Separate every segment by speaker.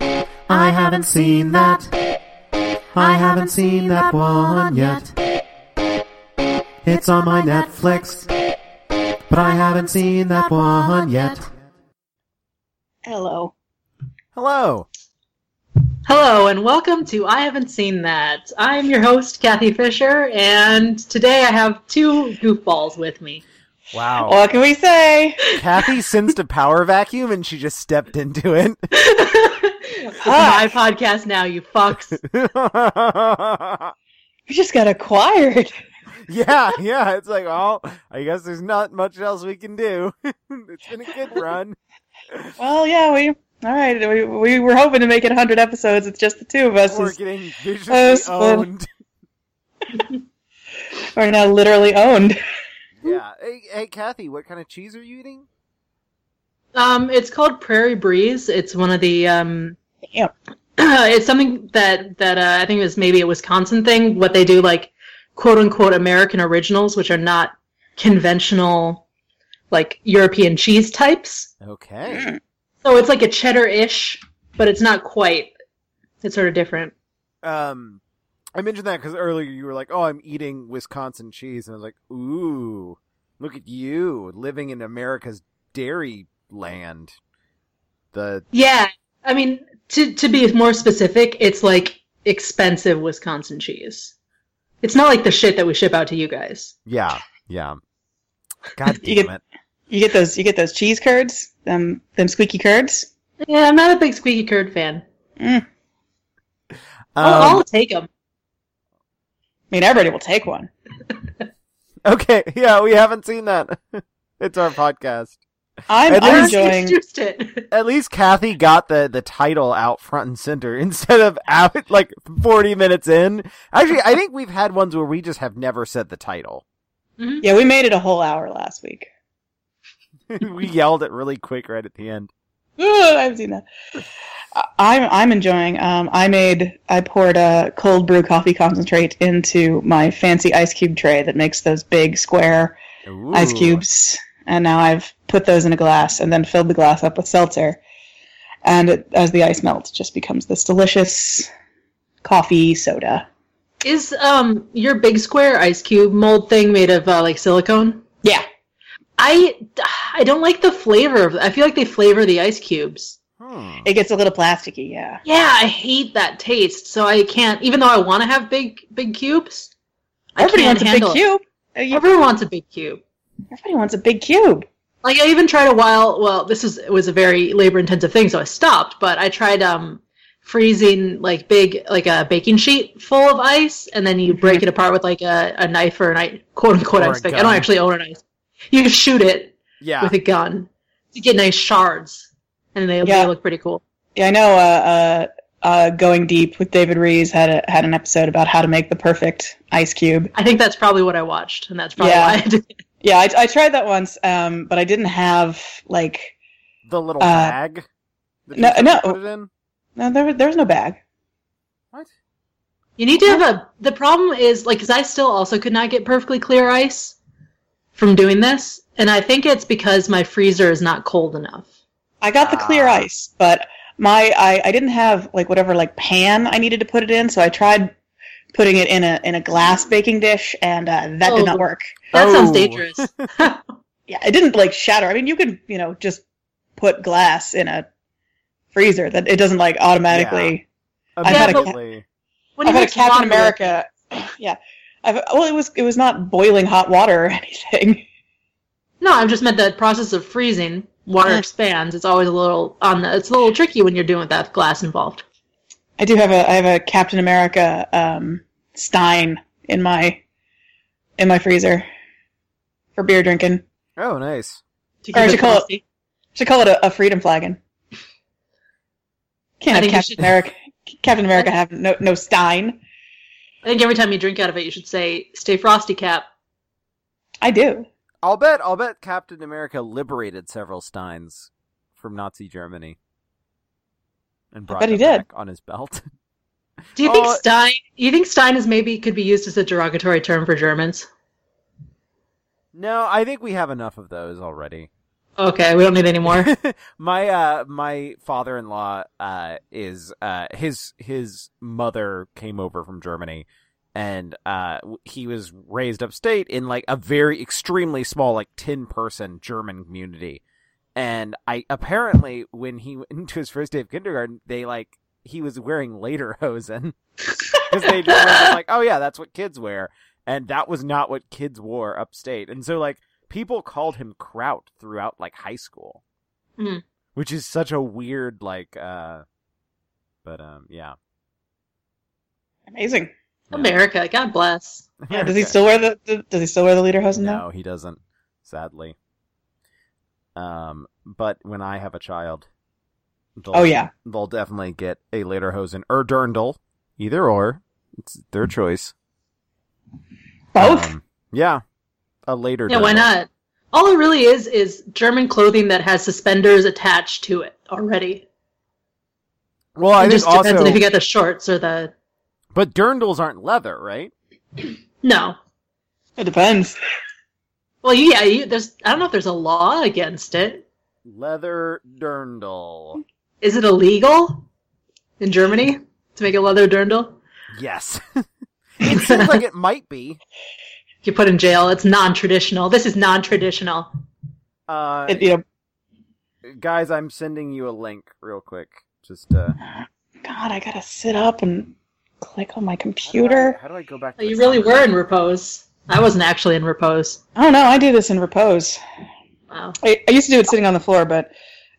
Speaker 1: I haven't seen that. I haven't seen that one yet. It's on my Netflix, but I haven't seen that one yet.
Speaker 2: Hello.
Speaker 1: Hello.
Speaker 3: Hello, and welcome to I Haven't Seen That. I'm your host, Kathy Fisher, and today I have two goofballs with me.
Speaker 1: Wow.
Speaker 2: What can we say?
Speaker 1: Kathy sensed a power vacuum and she just stepped into it.
Speaker 3: It's my podcast now, you fucks.
Speaker 2: We just got acquired.
Speaker 1: yeah, yeah. It's like, oh, I guess there's not much else we can do. it's been a good run.
Speaker 2: Well, yeah, we all right. We, we were hoping to make it 100 episodes. It's just the two of us.
Speaker 1: We're
Speaker 2: We're,
Speaker 1: getting visually
Speaker 2: Oh, spin.
Speaker 1: owned.
Speaker 2: we're now literally owned.
Speaker 1: Yeah. Hey, hey, Kathy, what kind of cheese are you eating?
Speaker 3: Um, it's called Prairie Breeze. It's one of the um,
Speaker 2: Damn.
Speaker 3: it's something that that uh, I think it was maybe a Wisconsin thing. What they do, like quote unquote American originals, which are not conventional, like European cheese types.
Speaker 1: Okay.
Speaker 3: So it's like a cheddar-ish, but it's not quite. It's sort of different.
Speaker 1: Um, I mentioned that because earlier you were like, "Oh, I'm eating Wisconsin cheese," and I was like, "Ooh, look at you living in America's dairy land." The
Speaker 3: Yeah, I mean, to to be more specific, it's like expensive Wisconsin cheese. It's not like the shit that we ship out to you guys.
Speaker 1: yeah, yeah. God
Speaker 2: You
Speaker 1: damn
Speaker 2: get-
Speaker 1: it!
Speaker 2: You get those. You get those cheese curds. Them. Them squeaky curds.
Speaker 3: Yeah, I'm not a big squeaky curd fan. Oh, I'll,
Speaker 1: Um,
Speaker 3: I'll take them.
Speaker 2: I mean, everybody will take one.
Speaker 1: okay, yeah, we haven't seen that. it's our podcast.
Speaker 2: I'm,
Speaker 1: At
Speaker 2: I'm
Speaker 1: least-
Speaker 2: enjoying.
Speaker 3: it.
Speaker 1: At least Kathy got the the title out front and center instead of out like forty minutes in. Actually, I think we've had ones where we just have never said the title.
Speaker 2: Yeah, we made it a whole hour last week.
Speaker 1: we yelled it really quick right at the end.
Speaker 2: Ugh, I haven't seen that. I- I'm I'm enjoying. Um, I made I poured a cold brew coffee concentrate into my fancy ice cube tray that makes those big square ice
Speaker 1: Ooh.
Speaker 2: cubes, and now I've put those in a glass and then filled the glass up with seltzer. And it, as the ice melts, it just becomes this delicious coffee soda.
Speaker 3: Is um your big square ice cube mold thing made of uh, like silicone?
Speaker 2: Yeah,
Speaker 3: I I don't like the flavor of. I feel like they flavor the ice cubes.
Speaker 1: Hmm.
Speaker 2: it gets a little plasticky. Yeah,
Speaker 3: Yeah, I hate that taste. So I can't. Even though I want to have big big cubes, I
Speaker 2: everybody
Speaker 3: can't
Speaker 2: wants a big
Speaker 3: handle it.
Speaker 2: cube. Uh, you-
Speaker 3: Everyone wants a big cube.
Speaker 2: Everybody wants a big cube.
Speaker 3: Like I even tried a while. Well, this is it was a very labor intensive thing, so I stopped. But I tried um freezing like big like a baking sheet full of ice, and then you
Speaker 2: Mm-hmm.
Speaker 3: break it apart with like a, a knife or an ice quote unquote
Speaker 1: Or a
Speaker 3: ice pick. I
Speaker 1: gun.
Speaker 3: don't actually own an ice. You just shoot it
Speaker 1: Yeah.
Speaker 3: with a gun to get nice shards, and they,
Speaker 2: Yeah.
Speaker 3: they look pretty cool.
Speaker 2: Yeah, I know. Uh, uh, uh, Going Deep with David Rees had a, had an episode about how to make the perfect ice cube.
Speaker 3: I think that's probably what I watched, and that's probably
Speaker 2: Yeah.
Speaker 3: why I did. it.
Speaker 2: Yeah, I, I tried that once, um, but I didn't have like
Speaker 1: The little
Speaker 2: Uh,
Speaker 1: bag. that
Speaker 2: no-
Speaker 1: you
Speaker 2: no.
Speaker 1: Put it in.
Speaker 2: no there was, there was no bag.
Speaker 3: You need to have a. The problem is like, because I still also could not get perfectly clear ice from doing this, and I think it's because my freezer is not cold enough.
Speaker 2: I got the clear
Speaker 1: Ah.
Speaker 2: ice, but my I, I didn't have like whatever like pan I needed to put it in, so I tried putting it in a in a glass baking dish, and uh, that
Speaker 3: Oh.
Speaker 2: did not work.
Speaker 3: That sounds
Speaker 1: Oh.
Speaker 3: dangerous.
Speaker 2: Yeah, it didn't like shatter. I mean, you can you know just put glass in a freezer that it doesn't like automatically. I've
Speaker 3: had a-
Speaker 1: Immediately.
Speaker 3: When
Speaker 2: I've
Speaker 3: you
Speaker 2: had a
Speaker 3: mix water
Speaker 2: Captain
Speaker 3: with-
Speaker 2: America. Yeah. I've, well, it was it was not boiling hot water or anything.
Speaker 3: No, I've just meant the process of freezing. Water
Speaker 2: Mm.
Speaker 3: expands. It's always a little on the. It's a little tricky when you're doing it with glass involved.
Speaker 2: I do have a I have a Captain America um, Stein in my in my freezer for beer drinking.
Speaker 1: Oh, nice.
Speaker 3: To keep
Speaker 2: Or to
Speaker 3: it
Speaker 2: call it-
Speaker 3: frosty.
Speaker 2: Should call it a, a freedom flagon.
Speaker 3: I
Speaker 2: Can't have
Speaker 3: think you
Speaker 2: Captain
Speaker 3: should-
Speaker 2: America. Captain America have no no Stein.
Speaker 3: I think every time you drink out of it, you should say "Stay frosty, Cap."
Speaker 2: I do.
Speaker 1: I'll bet. I'll bet Captain America liberated several Steins from Nazi Germany. And brought
Speaker 2: bet he
Speaker 1: them
Speaker 2: did.
Speaker 1: back on his belt.
Speaker 3: Do you think
Speaker 1: Oh, it-
Speaker 3: Stein? You think Stein is maybe could be used as a derogatory term for Germans?
Speaker 1: no, I think we have enough of those already.
Speaker 3: Okay, we don't need any more.
Speaker 1: my uh my father-in-law uh is uh his his mother came over from Germany and uh w- he was raised upstate in like a very extremely small like 10 person German community and I apparently when he went into his first day of kindergarten they like he was wearing lederhosen because they just were just like oh yeah that's what kids wear and that was not what kids wore upstate and so like people called him Kraut throughout like high school,
Speaker 3: Mm.
Speaker 1: which is such a weird like. uh But um, yeah.
Speaker 2: Amazing.
Speaker 3: America, God bless.
Speaker 2: Yeah, does he still wear the, the does he still wear the lederhosen now?
Speaker 1: No, he doesn't. Sadly. Um, but when I have a child, they'll,
Speaker 2: Oh, yeah.
Speaker 1: they'll definitely get a lederhosen or dirndl, either or. It's their choice.
Speaker 2: Both?
Speaker 1: Um, yeah, a later.
Speaker 3: Yeah, why
Speaker 1: dirndl.
Speaker 3: not? All it really is is German clothing that has suspenders attached to it already.
Speaker 1: Well, Oh, I
Speaker 3: it
Speaker 1: think
Speaker 3: just depends
Speaker 1: also,
Speaker 3: on if you got the shorts or the
Speaker 1: but dirndls aren't leather, right?
Speaker 3: no.
Speaker 2: it depends.
Speaker 3: Well, yeah, you, there's. I don't know if there's a law against it.
Speaker 1: Leather dirndl.
Speaker 3: Is it illegal in Germany to make a leather dirndl?
Speaker 1: Yes. it seems like it might be.
Speaker 3: You put in jail. It's non-traditional. This is non-traditional.
Speaker 1: Uh,
Speaker 2: It, you know,
Speaker 1: guys, I'm sending you a link real quick. Just uh,
Speaker 2: God, I gotta sit up and click on my
Speaker 1: how do I-
Speaker 2: computer.
Speaker 1: How do I go back? To
Speaker 3: Oh, You
Speaker 1: the
Speaker 3: really
Speaker 1: summer?
Speaker 3: were in repose. I wasn't actually in repose.
Speaker 2: Oh no, I do this in repose.
Speaker 3: Wow.
Speaker 2: I, I used to do it sitting on the floor, but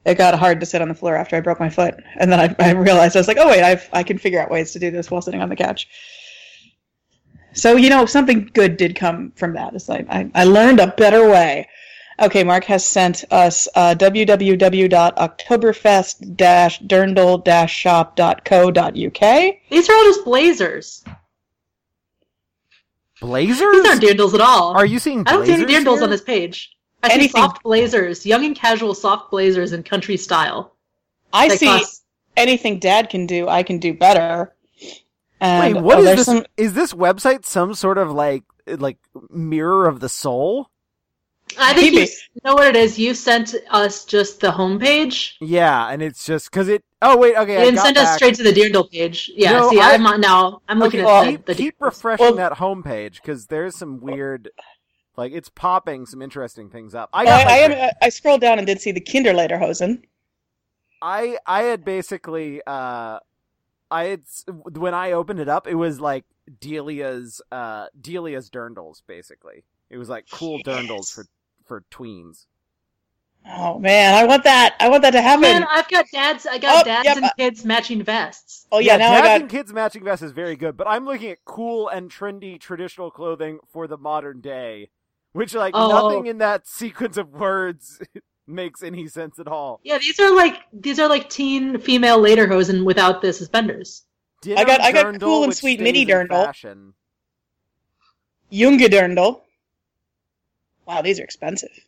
Speaker 2: it got hard to sit on the floor after I broke my foot, and then I, I realized I was like, oh wait, I've, I can figure out ways to do this while sitting on the couch. So you know, something good did come from that. It's like I, I learned a better way. Okay, Mark has sent us uh, www.oktoberfest-dirndl-shop.co.uk.
Speaker 3: These are all just blazers.
Speaker 1: blazers.
Speaker 3: These aren't dirndls at all.
Speaker 1: Are you seeing?
Speaker 3: I don't see any
Speaker 1: blazers
Speaker 3: dirndls
Speaker 1: here?
Speaker 3: on this page. I see
Speaker 2: Anything.
Speaker 3: soft blazers, young and casual soft blazers in country style.
Speaker 2: I
Speaker 3: They
Speaker 2: see
Speaker 3: cost-
Speaker 2: anything Dad can do, I can do better.
Speaker 1: Wait,
Speaker 2: And
Speaker 1: what
Speaker 2: oh,
Speaker 1: is
Speaker 2: there's
Speaker 1: this?
Speaker 2: some-
Speaker 1: Is this website some sort of like like mirror of the soul?
Speaker 3: I think you
Speaker 2: Maybe.
Speaker 3: s- know what it is. You sent us just the homepage.
Speaker 1: Yeah, and it's just because it. Oh wait, okay.
Speaker 3: you
Speaker 1: I
Speaker 3: didn't
Speaker 1: got
Speaker 3: send us
Speaker 1: back.
Speaker 3: straight to the dirndl page. Yeah.
Speaker 1: No,
Speaker 3: see,
Speaker 1: I- Oh,
Speaker 3: I'm on now. I'm looking
Speaker 1: Okay,
Speaker 3: at
Speaker 1: keep,
Speaker 3: the, the
Speaker 1: keep
Speaker 3: dirndls.
Speaker 1: refreshing
Speaker 2: Well-
Speaker 1: that homepage because there's some weird, like it's popping some interesting things up. I
Speaker 2: Oh, I,
Speaker 1: got
Speaker 2: I,
Speaker 1: my
Speaker 2: am, I- I scrolled down and did see the Kinderlederhosen.
Speaker 1: I I had basically uh I had s- when I opened it up it was like Delia's uh Delia's dirndls basically. It was like cool dirndls for for tweens.
Speaker 2: Oh man, I want that. I want that to happen.
Speaker 3: Man, I've got dads. I got
Speaker 2: Oh,
Speaker 3: dads
Speaker 2: yep,
Speaker 3: and
Speaker 2: I-
Speaker 3: kids matching vests.
Speaker 2: oh yeah, now
Speaker 1: dads
Speaker 2: I
Speaker 1: and
Speaker 2: got.
Speaker 1: kids matching vests is very good, but I'm looking at cool and trendy traditional clothing for the modern day, which like
Speaker 3: Oh.
Speaker 1: nothing in that sequence of words makes any sense at all.
Speaker 3: Yeah, these are like these are like teen female lederhosen without the suspenders.
Speaker 1: Denim
Speaker 2: got- I got
Speaker 1: dirndl,
Speaker 2: cool and
Speaker 1: which
Speaker 2: sweet
Speaker 1: stays
Speaker 2: mini
Speaker 1: in
Speaker 2: dirndl.
Speaker 1: fashion.
Speaker 2: Jungedirndl. Wow, these are expensive.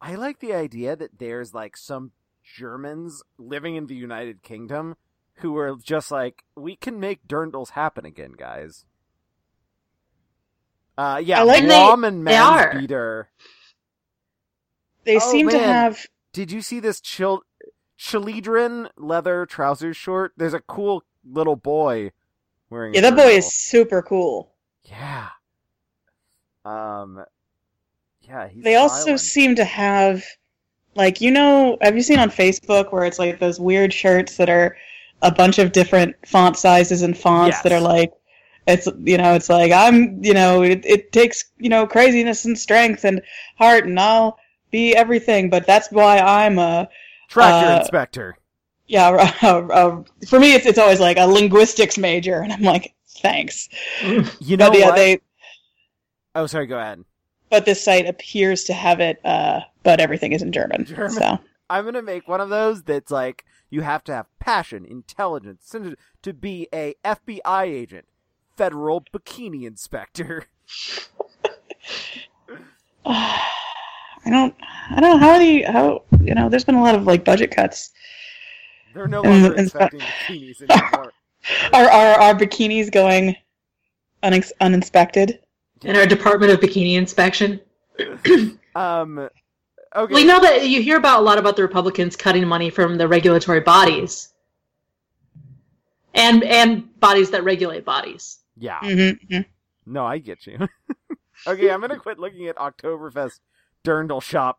Speaker 1: I like the idea that there's like some Germans living in the United Kingdom who are just like, we can make dirndls happen again, guys. Uh, yeah,
Speaker 2: I like-
Speaker 3: And they-
Speaker 1: mom and
Speaker 3: they are.
Speaker 1: man's beater.
Speaker 2: They
Speaker 1: Oh,
Speaker 2: seem to
Speaker 1: man.
Speaker 2: have.
Speaker 1: Did you see this chil- children leather trousers short? There's a cool little boy wearing. a
Speaker 2: Yeah, that boy
Speaker 1: dirndl.
Speaker 2: is super cool.
Speaker 1: Yeah. Um. Yeah. He's
Speaker 2: They also
Speaker 1: styling.
Speaker 2: seem to have, like, you know, have you seen on Facebook where it's like those weird shirts that are a bunch of different font sizes and fonts
Speaker 1: Yes.
Speaker 2: that are like, it's, you know, it's like, I'm, you know, it, it takes, you know, craziness and strength and heart and I'll be everything, but that's why I'm a,
Speaker 1: tractor
Speaker 2: uh,
Speaker 1: inspector.
Speaker 2: yeah, a, a, a- for me, it's, it's always like a linguistics major. And I'm like, thanks.
Speaker 1: You know
Speaker 2: but yeah,
Speaker 1: what?
Speaker 2: they,
Speaker 1: Oh, sorry. Go ahead.
Speaker 2: but this site appears to have it, uh, but everything is in German.
Speaker 1: German.
Speaker 2: So.
Speaker 1: I'm gonna make one of those that's like you have to have passion, intelligence, synergy- to be a FBI agent, federal bikini inspector.
Speaker 2: I don't, I don't. How are you? How you know? There's been a lot of like budget cuts.
Speaker 1: They're no
Speaker 2: And-
Speaker 1: longer
Speaker 2: and-
Speaker 1: inspecting bikinis anymore.
Speaker 2: Are are are bikinis going unex- uninspected?
Speaker 3: In our Department of Bikini Inspection.
Speaker 1: Um, Okay.
Speaker 3: Well, you know that you hear about a lot about the Republicans cutting money from the regulatory bodies, and and bodies that regulate bodies.
Speaker 1: yeah.
Speaker 2: Mm-hmm,
Speaker 1: No, I get you. okay, I'm gonna quit looking at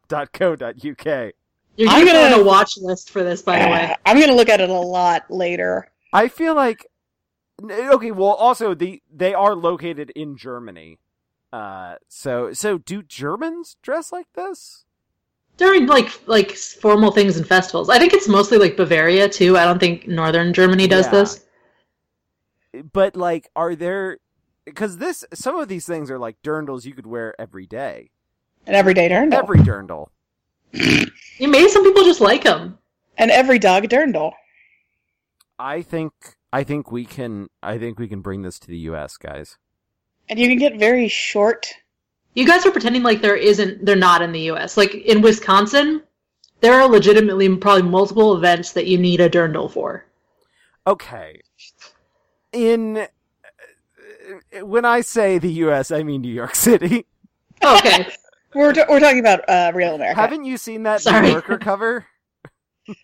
Speaker 1: OktoberfestDurndleshop.co.uk.
Speaker 3: You're
Speaker 2: I'm
Speaker 3: gonna, put
Speaker 2: gonna-
Speaker 3: on
Speaker 2: Ah.
Speaker 3: a watch list for this, by the way.
Speaker 2: I'm gonna look at it a lot later.
Speaker 1: I feel like n- okay. Well, also the they are located in Germany. Uh, so so do Germans dress like this?
Speaker 3: During like like formal things and festivals, I think it's mostly like Bavaria too. I don't think northern Germany does
Speaker 1: Yeah.
Speaker 3: this.
Speaker 1: But like, are there? Because this some of these things are like dirndls you could wear every day.
Speaker 2: An everyday dirndl.
Speaker 1: Every dirndl.
Speaker 3: Yeah, Maybe some people just like them.
Speaker 2: An every dog dirndl.
Speaker 1: I think I think we can I think we can bring this to the U.S. guys.
Speaker 2: And you can get very short.
Speaker 3: You guys are pretending like there isn't. They're not in the U.S. Like in Wisconsin, there are legitimately probably multiple events that you need a dirndl for.
Speaker 1: Okay. In uh, when I say the U.S., I mean New York City.
Speaker 3: Okay,
Speaker 2: We're, t- we're talking about uh, real America.
Speaker 1: Haven't you seen that
Speaker 3: Sorry.
Speaker 1: New Yorker cover?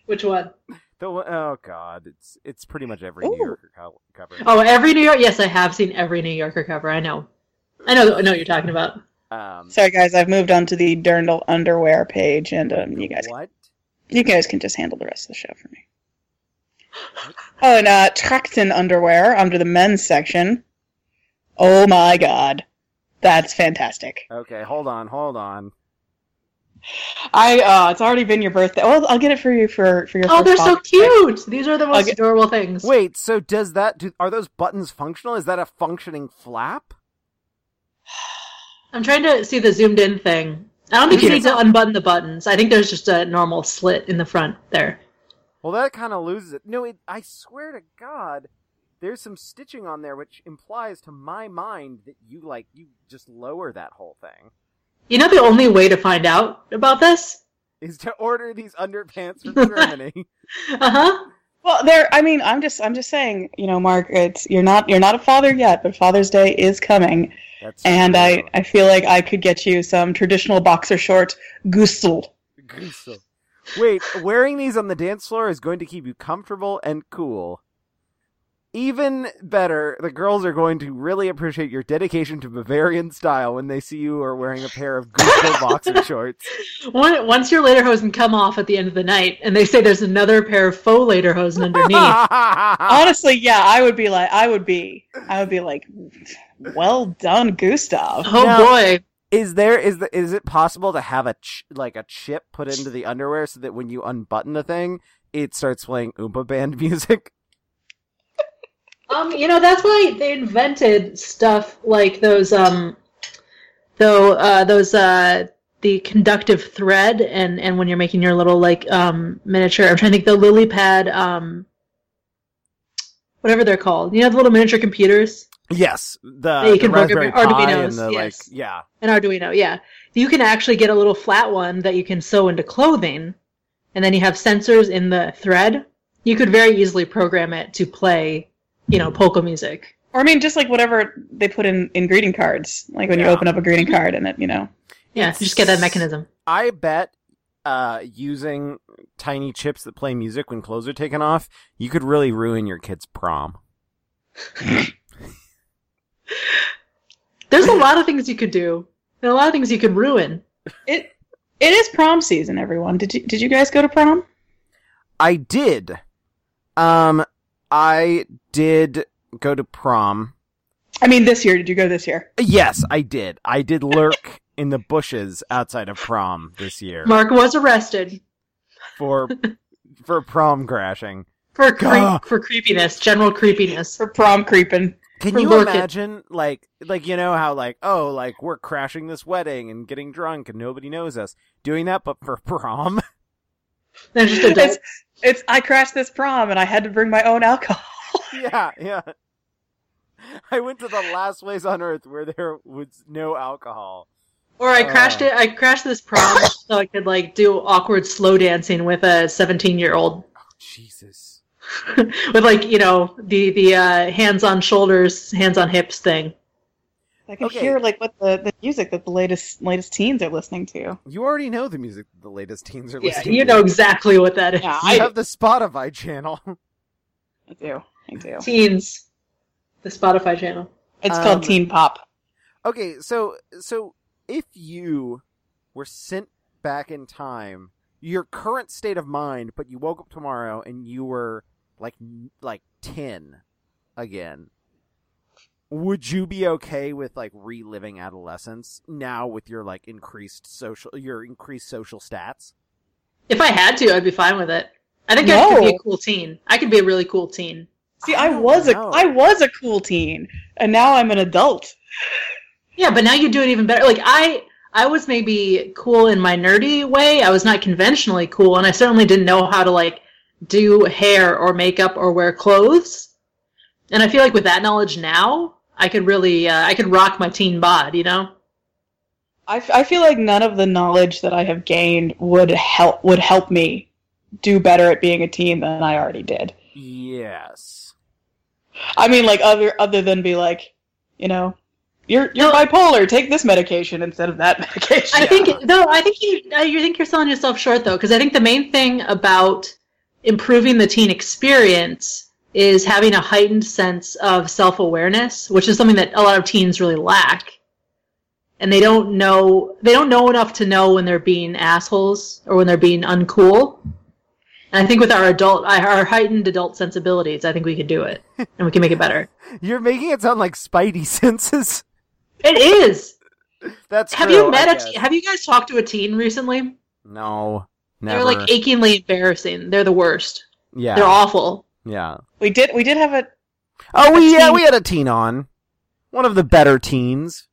Speaker 3: which one?
Speaker 1: The one- oh god, it's it's pretty much every
Speaker 2: Ooh.
Speaker 1: New Yorker co- cover.
Speaker 3: Oh, every New York. Yes, I have seen every New Yorker cover. I know. I know. I know what you're talking about.
Speaker 2: Oh,
Speaker 1: Um,
Speaker 2: Sorry, guys. I've moved on to the dirndl underwear page, and um, you guys
Speaker 1: What?
Speaker 2: You guys can just handle the rest of the show for me. Oh, and uh, Tracton underwear under the men's section. Oh my god. That's fantastic.
Speaker 1: Okay, hold on, hold on.
Speaker 2: I uh, it's already been your birthday. Well, I'll get it for you for for your.
Speaker 3: Oh,
Speaker 2: first
Speaker 3: they're so
Speaker 2: holiday.
Speaker 3: cute. These are the most
Speaker 2: Okay.
Speaker 3: adorable things.
Speaker 1: Wait, so does that do, are those buttons functional? Is that a functioning flap?
Speaker 3: I'm trying to see the zoomed in thing. I don't think you need to unbutton the buttons. I think there's just a normal slit in the front there.
Speaker 1: Well, that kind of loses it. No, it, I swear to God, there's some stitching on there which implies to my mind that you like you just lower that whole thing
Speaker 3: You know the only way to find out about this?
Speaker 1: is to order these underpants from Germany.
Speaker 3: Uh huh.
Speaker 2: Well, they're. I mean, I'm just I'm just saying. You know, Mark, it's you're not you're not a father yet, but Father's Day is coming,
Speaker 1: That's
Speaker 2: and I
Speaker 1: true.
Speaker 2: I feel like I could get you some traditional boxer short gustel.
Speaker 1: Gruesome. Wait, wearing these on the dance floor is going to keep you comfortable and cool. Even better, the girls are going to really appreciate your dedication to Bavarian style when they see you are wearing a pair of Gucci boxer shorts.
Speaker 3: Once your lederhosen come off at the end of the night, and they say there's another pair of faux lederhosen underneath.
Speaker 1: Ah.
Speaker 2: Honestly, yeah, I would be like, I would be, I would be like, well done, Gustav.
Speaker 3: Oh
Speaker 1: No.
Speaker 3: boy.
Speaker 1: is there is the, is it possible to have a ch- like a chip put into the underwear so that when you unbutton the thing, it starts playing Oompa Band music?
Speaker 3: Um, you know, that's why they invented stuff like those um though uh those uh the conductive thread and and when you're making your little like um miniature I'm trying to think the lily pad um whatever they're called. You know the little miniature computers
Speaker 1: Yes, the,
Speaker 3: Yeah, you
Speaker 1: the
Speaker 3: can program
Speaker 1: Raspberry
Speaker 3: your
Speaker 1: Pi
Speaker 3: Arduinos,
Speaker 1: and the
Speaker 3: yes.
Speaker 1: like, yeah.
Speaker 3: and Arduino, yeah. You can actually get a little flat one that you can sew into clothing and then you have sensors in the thread. You could very easily program it to play, you know, polka music.
Speaker 2: Or I mean, just like whatever they put in in greeting cards, like when you
Speaker 1: Yeah.
Speaker 2: open up a greeting card and it, you know,
Speaker 3: Yeah, you just get that mechanism.
Speaker 1: I bet uh, using tiny chips that play music when clothes are taken off, you could really ruin your kid's prom.
Speaker 3: There's a lot of things you could do. There are a lot of things you could ruin.
Speaker 2: it it is prom season. Everyone, did you did you guys go to prom?
Speaker 1: I did. Um, I did go to prom.
Speaker 2: I mean, this year, did you go this year?
Speaker 1: Yes, I did. I did lurk in the bushes outside of prom this year
Speaker 3: Mark was arrested
Speaker 1: for for prom crashing.
Speaker 3: for cre-
Speaker 1: Gah.
Speaker 3: for creepiness, general creepiness.
Speaker 2: For prom creeping.
Speaker 1: Can
Speaker 3: For
Speaker 1: you
Speaker 3: lurking.
Speaker 1: imagine, like, like you know how, like, oh, like we're crashing this wedding and getting drunk and nobody knows us, doing that, but for prom.
Speaker 3: Then just adults.
Speaker 2: It's, it's I crashed this prom and I had to bring my own alcohol.
Speaker 1: yeah, yeah. I went to the last place on earth where there was no alcohol.
Speaker 3: Or I crashed it. I crashed this prom so I could like do awkward slow dancing with a 17 year old
Speaker 1: Jesus.
Speaker 3: with like you know the the uh, hands on shoulders, hands on hips thing.
Speaker 2: I can
Speaker 1: Okay.
Speaker 2: hear like what the, the music that the latest latest teens are listening to.
Speaker 1: You already know the music the latest teens are
Speaker 3: Yeah,
Speaker 1: listening
Speaker 3: you
Speaker 1: to.
Speaker 3: know exactly what that is.
Speaker 2: Yeah,
Speaker 1: You
Speaker 2: I,
Speaker 1: have the Spotify channel.
Speaker 2: I do. I do.
Speaker 3: Teens, the Spotify channel.
Speaker 2: It's
Speaker 1: Um,
Speaker 2: called Teen Pop.
Speaker 1: Okay, so so if you were sent back in time, your current state of mind, but you woke up tomorrow and you were like n- like 10 again. Would you be okay with like reliving adolescence now with your like increased social your increased social stats?
Speaker 3: If I had to, I'd be fine with it. I think I could be a
Speaker 2: No.
Speaker 3: cool teen. I could be a really cool teen.
Speaker 2: See,
Speaker 1: I
Speaker 2: I,
Speaker 1: don't
Speaker 2: was a
Speaker 1: know.
Speaker 2: I was a cool teen, and now I'm an adult.
Speaker 3: Yeah, but now you do it even better. Like I, I was maybe cool in my nerdy way. I was not conventionally cool, and I certainly didn't know how to like do hair or makeup or wear clothes. And I feel like with that knowledge now, I could really, uh, I could rock my teen bod. You know?
Speaker 2: I, f- I feel like none of the knowledge that I have gained would help would help me do better at being a teen than I already did.
Speaker 1: Yes.
Speaker 2: I mean, like other other than be like, you know, you're you're bipolar. Take this medication instead of that medication.
Speaker 3: I think though I think you I- you think you're selling yourself short though because I think the main thing about improving the teen experience is having a heightened sense of self awareness, which is something that a lot of teens really lack, and they don't know they don't know enough to know when they're being assholes or when they're being uncool. And I think with our adult uh, our heightened adult sensibilities, I think we can do it and we can make it better.
Speaker 1: You're making it sound like Spidey senses.
Speaker 3: It is.
Speaker 1: That's
Speaker 3: Have
Speaker 1: true,
Speaker 3: you met
Speaker 1: I
Speaker 3: a
Speaker 1: guess.
Speaker 3: te- have you guys talked to a teen recently?
Speaker 1: No.
Speaker 3: They're
Speaker 1: Never.
Speaker 3: like achingly embarrassing. They're the worst.
Speaker 1: yeah.
Speaker 3: They're awful.
Speaker 1: yeah.
Speaker 2: we did we did have a
Speaker 1: Oh, we, yeah,
Speaker 2: teen-
Speaker 1: we had a teen on. One of the better teens.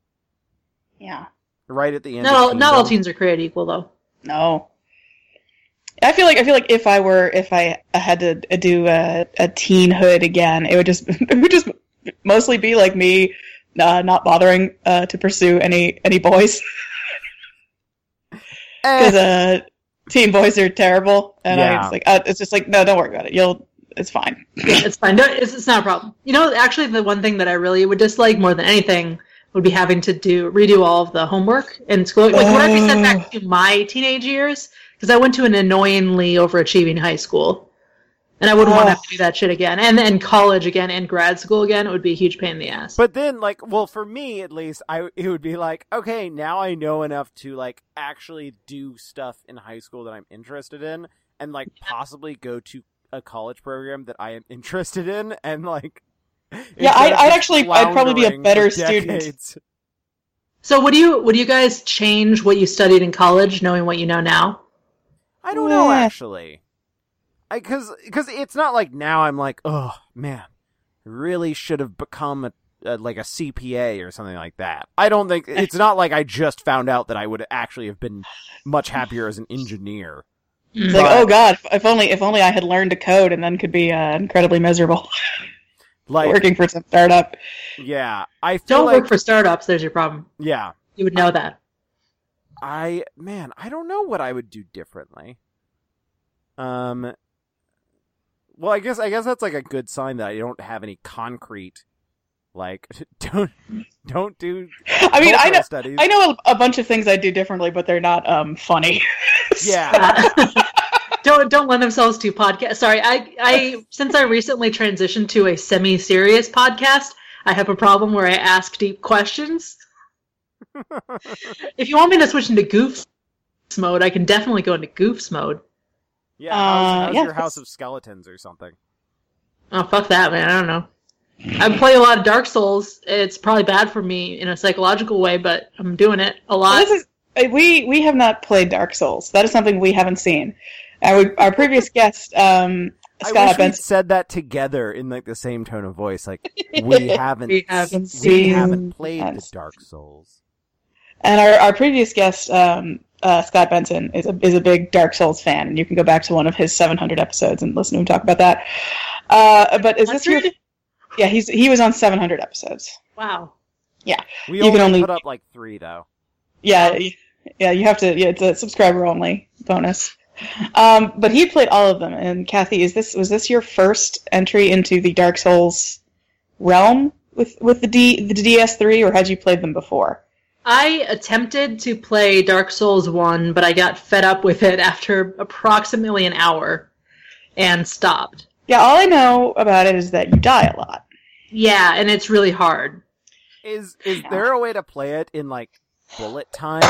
Speaker 2: yeah
Speaker 1: Right at the end.
Speaker 3: Not
Speaker 1: of
Speaker 3: all, not all
Speaker 1: Teendom.
Speaker 3: teens are created equal, though.
Speaker 2: no. I feel like I feel like if I were if I had to uh, do a, a teenhood again, it would just it would just mostly be like me. Uh, not bothering uh, to pursue any any boys because
Speaker 1: Eh,
Speaker 2: uh, teen boys are terrible, and I
Speaker 1: Yeah.
Speaker 2: was like, uh, it's just like no, don't worry about it. You'll it's fine.
Speaker 3: Yeah, it's fine. No, it's, it's not a problem. You know, actually, the one thing that I really would dislike more than anything would be having to do redo all of the homework in school. Like, what if you sent back to my teenage years? Because I went to an annoyingly overachieving high school, and I wouldn't want to have to do that shit again. And then college again, and grad school again. It would be a huge pain in the ass.
Speaker 1: but then, like, well, for me at least, I it would be like, okay, now I know enough to like actually do stuff in high school that I'm interested in, and like possibly go to a college program that I am interested in, and like, instead
Speaker 2: I'd-
Speaker 1: of
Speaker 2: I'd
Speaker 1: just
Speaker 2: actually- I'd probably be a
Speaker 1: floundering
Speaker 2: better
Speaker 1: for
Speaker 2: student.
Speaker 1: decades.
Speaker 3: so, would you would you guys change what you studied in college, knowing what you know now?
Speaker 1: I don't know
Speaker 2: Nah.
Speaker 1: actually. I cuz cuz it's not like now I'm like, "Oh, man. Really should have become a, a like a CPA or something like that." I don't think
Speaker 3: Eh.
Speaker 1: it's not like I just found out that I would actually have been much happier as an engineer.
Speaker 2: It's
Speaker 1: But-
Speaker 2: like, oh god, if- if only if only I had learned to code and then could be uh, incredibly miserable
Speaker 1: Like
Speaker 2: working for some startup.
Speaker 1: yeah, I feel
Speaker 3: Don't
Speaker 1: like
Speaker 3: work for startups. There's your problem.
Speaker 1: yeah.
Speaker 3: You would know that.
Speaker 1: I man, I don't know what I would do differently. Um well, I guess I guess that's like a good sign that I don't have any concrete like don't don't do
Speaker 2: I mean, I
Speaker 1: cultural
Speaker 2: know
Speaker 1: studies.
Speaker 2: I know a, a bunch of things I do differently, but they're not um, funny.
Speaker 1: Yeah.
Speaker 3: Uh, don't don't lend themselves to podcast. Sorry, I I since I recently transitioned to a semi-serious podcast, I have a problem where I ask deep questions. if you want me to switch into goofs mode, I can definitely go into goofs mode.
Speaker 1: Yeah, how's,
Speaker 2: Uh,
Speaker 1: how's
Speaker 2: yeah,
Speaker 1: your House
Speaker 2: that's-
Speaker 1: of Skeletons or something?
Speaker 3: Oh fuck that, man! I don't know. I play a lot of Dark Souls. It's probably bad for me in a psychological way, but I'm doing it a lot.
Speaker 2: Well, this is uh, we we have not played Dark Souls. That is something we haven't seen. Our, our previous guest, um,
Speaker 1: I
Speaker 2: Scott
Speaker 1: wish we
Speaker 2: Benson,
Speaker 1: said that together in like the same tone of voice. Like we haven't,
Speaker 3: We haven't
Speaker 1: we
Speaker 2: seen-
Speaker 1: haven't played the
Speaker 2: haven't
Speaker 1: Dark Souls.
Speaker 2: and our, our previous guest, um, uh, Scott Benson, is a is a big Dark Souls fan, and you can go back to one of his 700 episodes and listen to him talk about that. Uh, but is this your?
Speaker 3: 700?
Speaker 2: Yeah, he's he was on 700 episodes.
Speaker 3: wow.
Speaker 1: We
Speaker 2: You
Speaker 1: only,
Speaker 2: can only-
Speaker 1: put up like three though.
Speaker 2: Yeah, y- yeah, you have to. Yeah, it's a subscriber only bonus. Um, but he played all of them. And Kathy, is this was this your first entry into the Dark Souls realm? with with the D the DS3, or had you played them before?
Speaker 3: I attempted to play Dark Souls 1, but I got fed up with it after approximately an hour and stopped.
Speaker 2: Yeah, all I know about it is that you die a lot.
Speaker 3: Yeah, and it's really hard.
Speaker 1: Is is there a way to play it in like bullet time?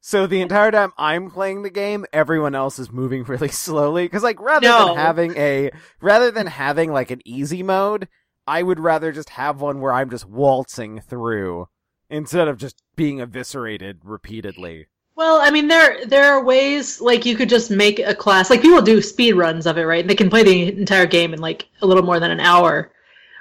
Speaker 1: so the entire time I'm playing the game, everyone else is moving really slowly because like rather
Speaker 3: No.
Speaker 1: than having a rather than having like an easy mode, I would rather just have one where I'm just waltzing through instead of just being eviscerated repeatedly.
Speaker 3: Well, I mean, there there are ways like you could just make a class. Like people do speed runs of it, right? And they can play the entire game in like a little more than an hour.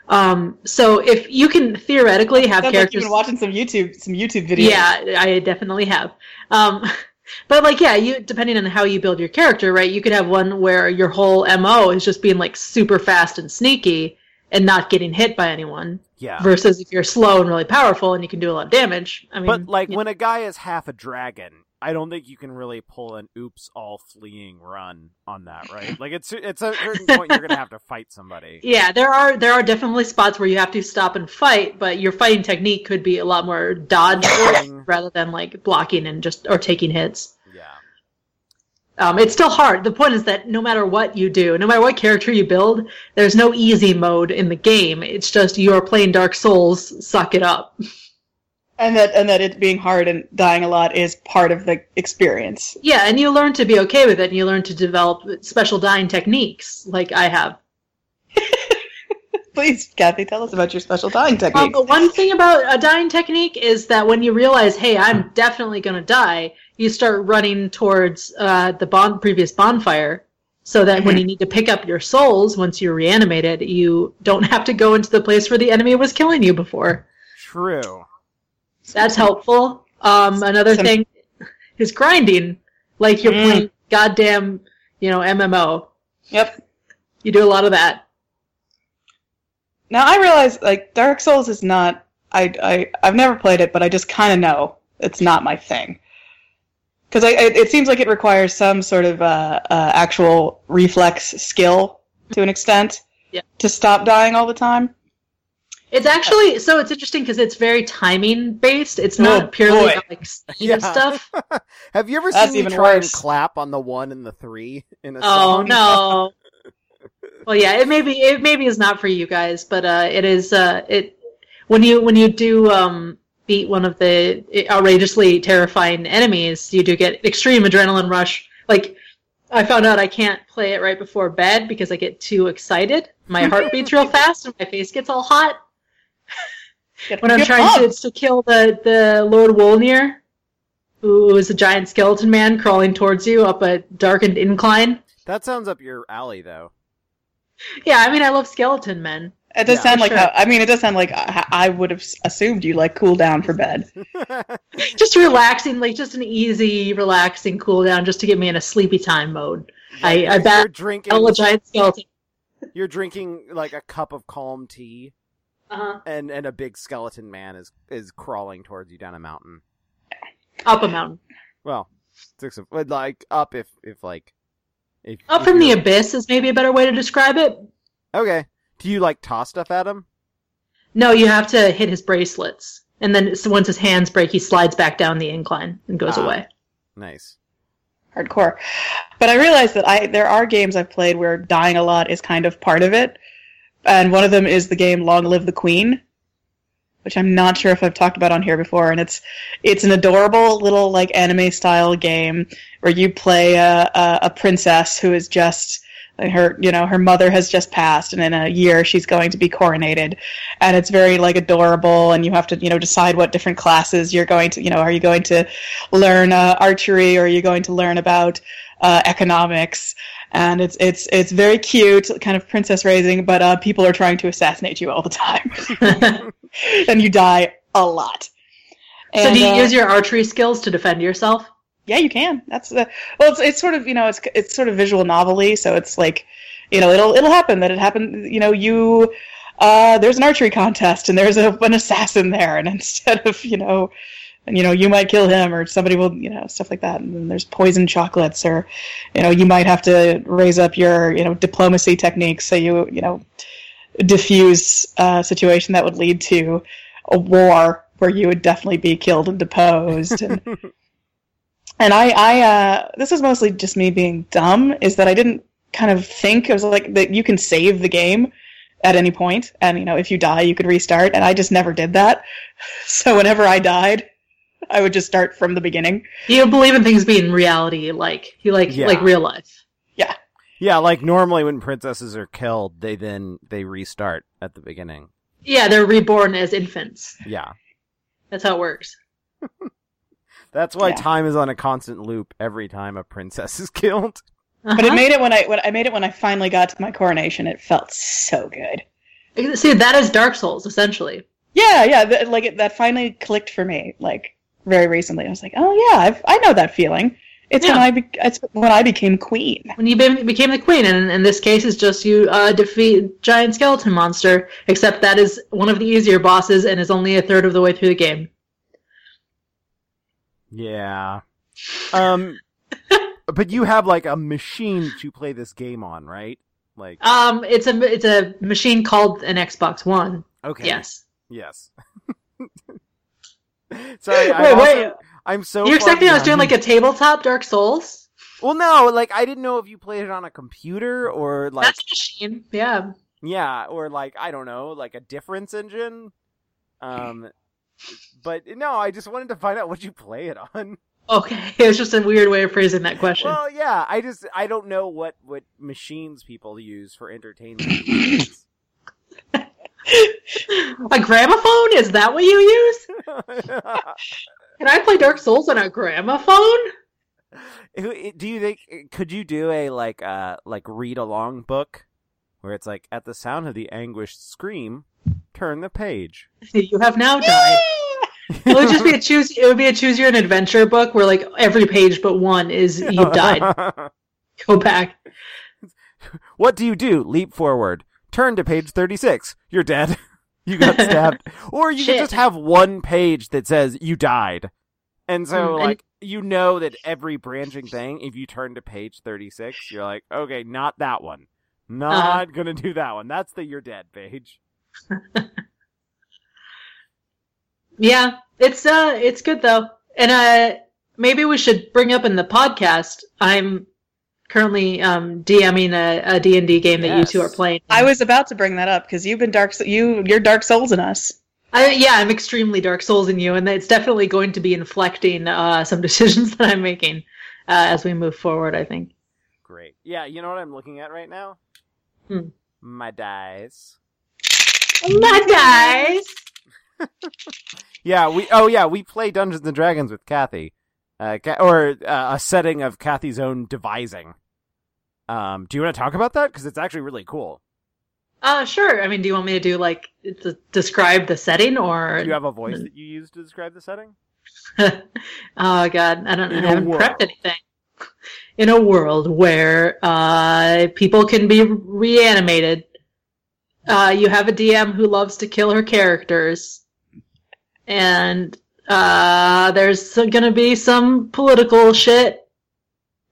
Speaker 3: Um, so if you can theoretically have
Speaker 2: Sounds like you've
Speaker 3: characters,
Speaker 2: been watching some YouTube some YouTube videos.
Speaker 3: yeah, I definitely have. Um, but like, yeah, you depending on how you build your character, right? You could have one where your whole mo is just being like super fast and sneaky and not getting hit by anyone,
Speaker 1: Yeah.
Speaker 3: versus if you're slow and really powerful and you can do a lot of damage. I mean,
Speaker 1: But like
Speaker 3: you
Speaker 1: when a guy is half a dragon, I don't think you can really pull an oops all fleeing run on that, right? Like it's it's a certain point you're gonna have to fight somebody.
Speaker 3: Yeah, there are there are definitely spots where you have to stop and fight, but your fighting technique could be a lot more dodge
Speaker 1: Dodging.
Speaker 3: rather than like blocking and just or taking hits.
Speaker 1: Yeah.
Speaker 3: Um, it's still hard. The point is that no matter what you do, no matter what character you build, there's no easy mode in the game. It's just you're playing Dark Souls, suck it up.
Speaker 2: and that and that it being hard and dying a lot is part of the experience.
Speaker 3: Yeah, and you learn to be okay with it, and you learn to develop special dying techniques, like I have.
Speaker 2: Please, Kathy, tell us about your special dying
Speaker 3: Um,
Speaker 2: technique.
Speaker 3: but one thing about a dying technique is that when you realize, hey, I'm definitely going to die, you start running towards uh, the bon- previous bonfire so that when you need to pick up your souls once you're reanimated, you don't have to go into the place where the enemy was killing you before.
Speaker 1: True.
Speaker 3: That's helpful. Um, another
Speaker 2: Some-
Speaker 3: thing is grinding. Like you're
Speaker 2: Mm.
Speaker 3: playing goddamn, you know, MMO.
Speaker 2: Yep.
Speaker 3: You do a lot of that.
Speaker 2: Now I realize like Dark Souls is not. I I I've never played it, but I just kind of know it's not my thing. Because I, I it seems like it requires some sort of uh, uh, actual reflex skill to an extent.
Speaker 3: Yeah.
Speaker 2: To stop dying all the time.
Speaker 3: It's actually so it's interesting because it's very timing based. It's not
Speaker 2: Oh,
Speaker 3: purely
Speaker 2: boy.
Speaker 3: about, like speed and
Speaker 1: Yeah.
Speaker 3: stuff.
Speaker 1: Have you ever
Speaker 2: That's
Speaker 1: seen me
Speaker 2: even
Speaker 1: try
Speaker 2: worse.
Speaker 1: and clap on the one and the three in a
Speaker 3: Oh
Speaker 1: song?
Speaker 3: no. well, yeah, it maybe it maybe is not for you guys, but uh, it is. Uh, it when you when you do um, beat one of the outrageously terrifying enemies, you do get extreme adrenaline rush. Like I found out I can't play it right before bed because I get too excited. My heart beats real fast and my face gets all hot
Speaker 2: Get-
Speaker 3: when I'm
Speaker 2: get
Speaker 3: trying to,
Speaker 2: pumped.
Speaker 3: to kill the, the Lord Wolnir, who is a giant skeleton man crawling towards you up a darkened incline.
Speaker 1: That sounds up your alley though.
Speaker 3: Yeah, I mean, I love skeleton men.
Speaker 2: It does
Speaker 1: Yeah,
Speaker 2: sound like
Speaker 3: sure.
Speaker 2: how, I mean, it does sound like I, I would have s- assumed you like cool down for bed.
Speaker 3: Just relaxing, like just an easy, relaxing cool down, just to get me in a sleepy time mode. I, I
Speaker 1: you're
Speaker 3: bat
Speaker 1: drinking
Speaker 3: a giant skeleton.
Speaker 1: you're drinking like a cup of calm tea
Speaker 3: Uh-huh.
Speaker 1: and, and a big skeleton man is is crawling towards you down a mountain.
Speaker 3: Up a mountain,
Speaker 1: Well, six of but, like up if if like if,
Speaker 3: up
Speaker 1: if
Speaker 3: from the
Speaker 1: you're-
Speaker 3: abyss is maybe a better way to describe it.
Speaker 1: Okay. Do you like toss stuff at him?
Speaker 3: No, you have to hit his bracelets, and then so once his hands break, he slides back down the incline and goes
Speaker 1: Ah.
Speaker 3: away.
Speaker 1: Nice.
Speaker 2: Hardcore. But I realized that I there are games I've played where dying a lot is kind of part of it. And one of them is the game Long Live the Queen, which I'm not sure if I've talked about on here before. And it's it's an adorable little like anime style game where you play a, a, a princess who is just like, her you know her mother has just passed and in a year she's going to be coronated and it's very like adorable and you have to you know decide what different classes you're going to you know are you going to learn uh, archery or are you going to learn about uh, economics and it's it's it's very cute kind of princess raising but uh, people are trying to assassinate you all the time and you die a lot
Speaker 3: so,
Speaker 2: And,
Speaker 3: do you
Speaker 2: uh,
Speaker 3: use your archery skills to defend yourself?
Speaker 2: yeah, you can. That's uh, well, it's it's sort of you know it's it's sort of visual novelty, so it's like you know it'll it'll happen that it happened. You know, you uh, there's an archery contest and there's a, an assassin there, and instead of you know. And you know you might kill him, or somebody will, you know, stuff like that. And then there's poison chocolates, or you know you might have to raise up your, you know, diplomacy techniques. So you, you know, diffuse uh, situation that would lead to a war where you would definitely be killed and deposed. And, and I, I uh, this is mostly just me being dumb, is that I didn't kind of think, I was like, that you can save the game at any point, and you know, if you die, you could restart, and I just never did that. So whenever I died, I would just start from the beginning.
Speaker 3: You believe in things being reality, like you like
Speaker 1: Yeah.
Speaker 3: like real life.
Speaker 1: Yeah, like normally when princesses are killed, they then they restart at the beginning.
Speaker 3: Yeah, they're reborn as infants.
Speaker 1: Yeah.
Speaker 3: That's how it works.
Speaker 1: That's why
Speaker 2: Yeah.
Speaker 1: time is on a constant loop every time a princess is killed.
Speaker 2: But it
Speaker 3: Uh-huh.
Speaker 2: made it when I when I made it when I finally got to my coronation. It felt so good.
Speaker 3: See, that is Dark Souls essentially.
Speaker 2: Yeah, yeah, th- like it, that finally clicked for me. Like very recently, I was like, oh yeah, I've, I know that feeling. It's when
Speaker 3: Yeah.
Speaker 2: I be- it's when I became queen.
Speaker 3: When you be- became the queen, and in this case, it's just you uh, defeat giant skeleton monster. Except that is one of the easier bosses, and is only a third of the way through the game.
Speaker 1: Yeah. Um but you have like a machine to play this game on, right? Like
Speaker 3: Um, it's a it's a machine called an Xbox One.
Speaker 1: okay.
Speaker 3: Yes.
Speaker 1: Yes. Sorry, I'm,
Speaker 2: Wait, wait.
Speaker 1: also- I'm so
Speaker 3: You're
Speaker 1: far
Speaker 3: expecting I was doing
Speaker 1: behind.
Speaker 3: like a tabletop Dark Souls?
Speaker 1: Well no, like I didn't know if you played it on a computer or like
Speaker 3: That's a machine. Yeah.
Speaker 1: Yeah, or like I don't know, like a difference engine. Um, but no, I just wanted to find out what you play it on.
Speaker 3: Okay. It's just a weird way of phrasing that question.
Speaker 1: Well, yeah, I just I don't know what what machines people use for entertainment. purposes.
Speaker 3: a gramophone? Is that what you use?
Speaker 1: Who-
Speaker 3: Can I play Dark Souls on a gramophone?
Speaker 1: Do you think could you do a like uh like read along book where it's like at the sound of the anguished scream, turn the page.
Speaker 3: You have now died. It would just be a choose. It would be a choose your own adventure book where like every page but one is you died. Go back.
Speaker 1: What do you do? Leap forward. Turn to page 36. You're dead. You got stabbed. Or you could
Speaker 3: Shit.
Speaker 1: just have one page that says you died. And so,
Speaker 3: Mm, and-
Speaker 1: like, you know that every branching thing, if you turn to page 36, you're like, okay, not that one.
Speaker 3: Uh-huh.
Speaker 1: Not gonna do that one. That's the you're dead page.
Speaker 3: Yeah, it's uh, it's good though, and uh, maybe we should bring up in the podcast. I'm currently um DMing a D and D game that
Speaker 1: Yes.
Speaker 3: you two are playing.
Speaker 2: I was about to bring that up because you've been dark. You you're Dark Souls in us.
Speaker 3: I, yeah, I'm extremely Dark Souls in you, and it's definitely going to be inflecting uh some decisions that I'm making uh, as we move forward. I think.
Speaker 1: Great. Yeah, you know what I'm looking at right now?
Speaker 3: Hmm.
Speaker 1: My dice.
Speaker 3: My guys.
Speaker 1: Yeah, we. Oh, yeah, we play Dungeons and Dragons with Kathy, uh, Ca- or uh, a setting of Kathy's own devising. Um, do you want to talk about that? Because it's actually really cool.
Speaker 3: Uh, sure. I mean, do you want me to do like to describe the setting or?
Speaker 1: Do you have a voice that you use to describe the setting?
Speaker 3: oh god, I don't.
Speaker 1: In a
Speaker 3: I haven't
Speaker 1: world.
Speaker 3: prepped anything. In a world where uh, people can be reanimated, uh, you have a DM who loves to kill her characters, and uh, there's going to be some political shit,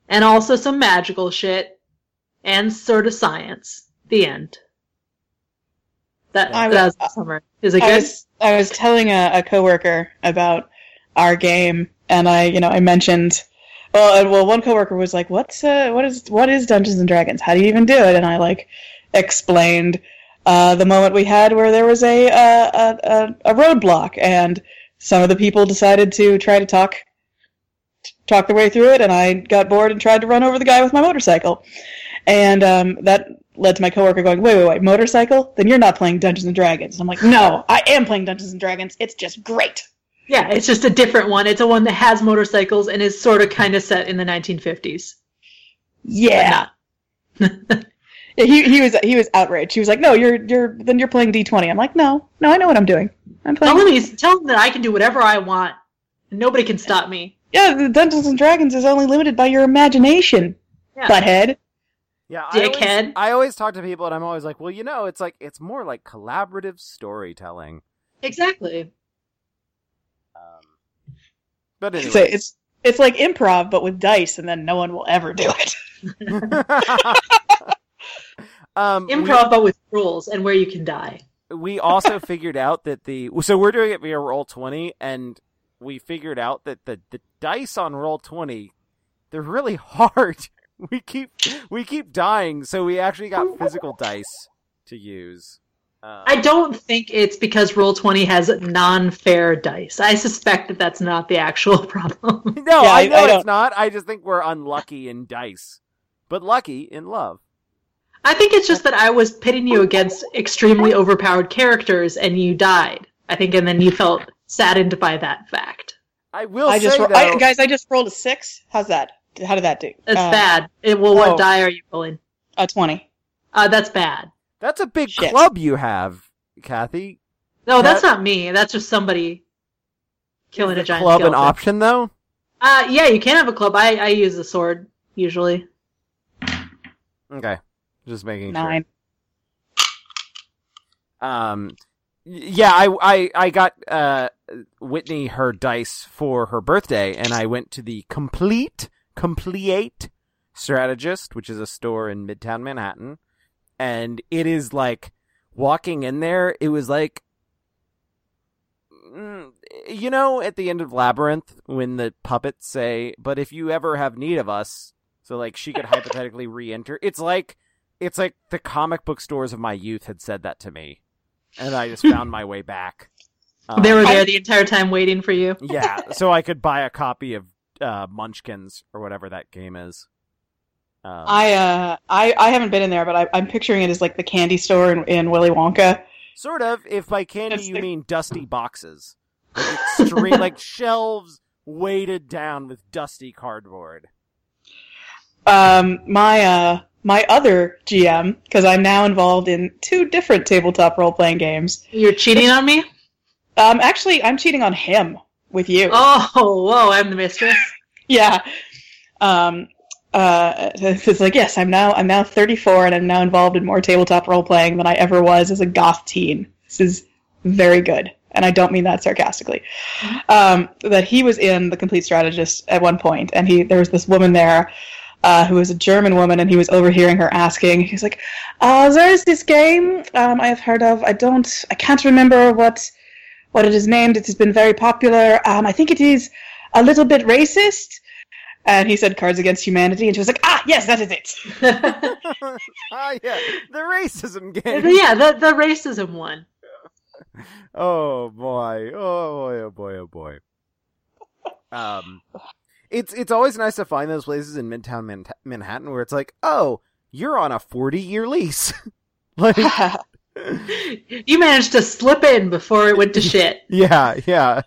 Speaker 3: and also some magical shit, and sort of science. The end. That,
Speaker 1: I
Speaker 3: that was
Speaker 2: was-
Speaker 3: the summary. Is it
Speaker 2: I
Speaker 3: good?
Speaker 2: was I was telling a, a coworker about our game, and I you know I mentioned well and, well one coworker was like what's uh, what is what is Dungeons and Dragons? How do you even do it? And I like explained uh, the moment we had where there was a, uh, a a a roadblock, and some of the people decided to try to talk talk their way through it, and I got bored and tried to run over the guy with my motorcycle, and um, that led to my coworker going, "Wait, wait, wait, motorcycle? Then you're not playing Dungeons and Dragons." And I'm like, "No, I am playing Dungeons and Dragons. It's just great."
Speaker 3: Yeah, it's just a different one. It's a one that has motorcycles and is sort of kind of set in the 1950s. but
Speaker 2: Yeah.
Speaker 3: not.
Speaker 2: Yeah, He he was he was outraged. He was like, "No, you're you're then you're playing D20." I'm like, "No, no, I know what I'm doing. I'm
Speaker 3: Tell
Speaker 2: playing."
Speaker 3: them, he's- tell them that I can do whatever I want. Nobody can stop me.
Speaker 2: Yeah, the Dungeons and Dragons is only limited by your imagination,
Speaker 3: Yeah.
Speaker 2: butthead.
Speaker 1: Yeah, I always,
Speaker 3: Dickhead.
Speaker 1: I always talk to people, and I'm always like, well, you know, it's like it's more like collaborative storytelling.
Speaker 3: Exactly.
Speaker 1: Um, but anyway,
Speaker 2: So it's it's like improv but with dice, and then no one will ever do it.
Speaker 1: Um, we-
Speaker 3: Improv, but with rules and where you can die.
Speaker 1: we also figured out that the so we're doing it via roll 20 and we figured out that the, the dice on roll 20 they're really hard we keep we keep dying so we actually got physical dice to use um,
Speaker 3: I don't think it's because roll twenty has non-fair dice. I suspect that that's not the actual problem.
Speaker 1: Um, no
Speaker 2: Yeah,
Speaker 1: i
Speaker 2: I-
Speaker 1: know
Speaker 2: I
Speaker 1: it's
Speaker 2: don't-
Speaker 1: not i just think we're unlucky in dice but lucky in love
Speaker 3: I think it's just that I was pitting you against extremely overpowered characters and you died. I think, and then you felt saddened by that fact.
Speaker 1: i will
Speaker 2: I just
Speaker 1: say
Speaker 2: ro-
Speaker 1: though,
Speaker 2: I, guys, I just rolled a six. How's that? How did that do?
Speaker 3: That's
Speaker 2: Uh,
Speaker 3: bad. It, well, what
Speaker 2: oh.
Speaker 3: die are you rolling?
Speaker 2: A twenty.
Speaker 3: Uh, that's bad.
Speaker 1: that's a big
Speaker 2: Shit.
Speaker 1: club you have kathy
Speaker 3: No, that's
Speaker 1: That-
Speaker 3: not me. That's just somebody killing
Speaker 1: Is
Speaker 3: a
Speaker 1: the
Speaker 3: giant
Speaker 1: club an
Speaker 3: skeleton.
Speaker 1: option though
Speaker 3: uh, yeah, you can have a club. I, I use a sword usually.
Speaker 1: okay just making sure
Speaker 2: Nine.
Speaker 1: um y- yeah i i i got uh whitney her dice for her birthday and i went to the complete complete strategist which is a store in midtown manhattan and it is like walking in there it was like mm, you know at the end of labyrinth when the puppets say but if you ever have need of us so like she could hypothetically re-enter it's like it's like the comic book stores of my youth had said that to me, and I just found my way back. Um,
Speaker 3: they were there the entire time waiting for you.
Speaker 1: yeah, so I could buy a copy of uh, Munchkins or whatever that game is. Um,
Speaker 2: I uh, I I haven't been in there, but I, I'm picturing it as like the candy store in, in Willy Wonka.
Speaker 1: sort of. If by candy
Speaker 2: That's
Speaker 1: you
Speaker 2: the-
Speaker 1: mean dusty boxes, like, extreme, like shelves weighted down with dusty cardboard.
Speaker 2: um, my uh, my other GM because I'm now involved in two different tabletop role playing games.
Speaker 3: You're cheating on me?
Speaker 2: Um, actually, I'm cheating on him with you.
Speaker 3: Oh, whoa, I'm the mistress.
Speaker 2: Yeah. Um, uh, it's like yes, I'm now I'm now 34 and I'm now involved in more tabletop role playing than I ever was as a goth teen. This is very good, and I don't mean that sarcastically. Um, that he was in the Complete Strategist at one point, and he there was this woman there. Uh, who was a German woman, and he was overhearing her asking. He's like, uh, "There is this game um, I have heard of. I don't, I can't remember what what it is named. It has been very popular. Um, I think it is a little bit racist. And he said Cards Against Humanity, and she was like, ah, yes, that is it.
Speaker 3: yeah,
Speaker 1: ah, yeah, the racism game.
Speaker 3: the, the racism one.
Speaker 1: Oh boy. Oh boy. Oh boy. Oh boy. Um, it's it's always nice to find those places in Midtown Man- Manhattan where it's like, oh, you're on a forty year lease. like, yeah,
Speaker 3: You managed to slip in before it went to shit.
Speaker 1: yeah.
Speaker 2: yeah,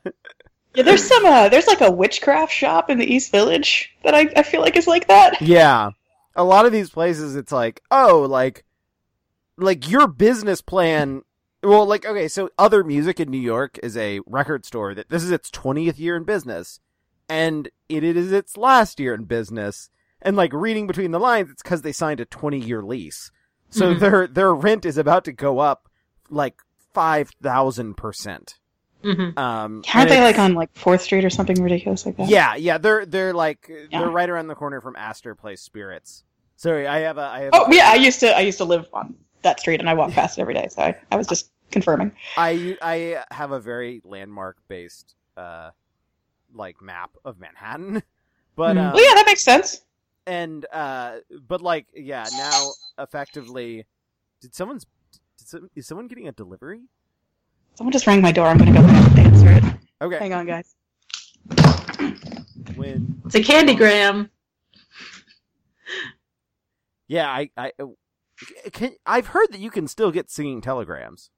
Speaker 2: there's some, uh, there's like a witchcraft shop in the East Village that I, I feel like is like that.
Speaker 1: Yeah. A lot of these places it's like, oh, like like your business plan well, like okay, so other music in New York is a record store that this is its 20th year in business and it is its last year in business. And like reading between the lines, it's cuz they signed a 20-year lease. So
Speaker 2: Mm-hmm.
Speaker 3: Mhm.
Speaker 1: their their rent is about to go up like 5000%.
Speaker 3: hmm
Speaker 1: Um and
Speaker 2: Aren't they
Speaker 1: it's-
Speaker 2: like on like Fourth Street or something ridiculous like that?
Speaker 1: yeah, yeah, they're they're like
Speaker 2: Yeah.
Speaker 1: they're right around the corner from Astor Place Spirits. Sorry, I have a I have
Speaker 2: Oh
Speaker 1: a,
Speaker 2: yeah, I used to I used to live on that street and I walk past it every day, so I, I was just confirming.
Speaker 1: I I have a very landmark based uh like map of Manhattan. But
Speaker 3: Mhm.
Speaker 1: uh,
Speaker 2: well, yeah, that makes sense.
Speaker 1: and uh but like yeah, now effectively did someone's did some, is someone getting a delivery?
Speaker 2: Someone just rang my door. I'm gonna go answer it.
Speaker 1: Okay.
Speaker 2: Hang on, guys.
Speaker 1: When
Speaker 3: It's a candygram.
Speaker 1: yeah, I I uh, can, I've heard that you can still get singing telegrams.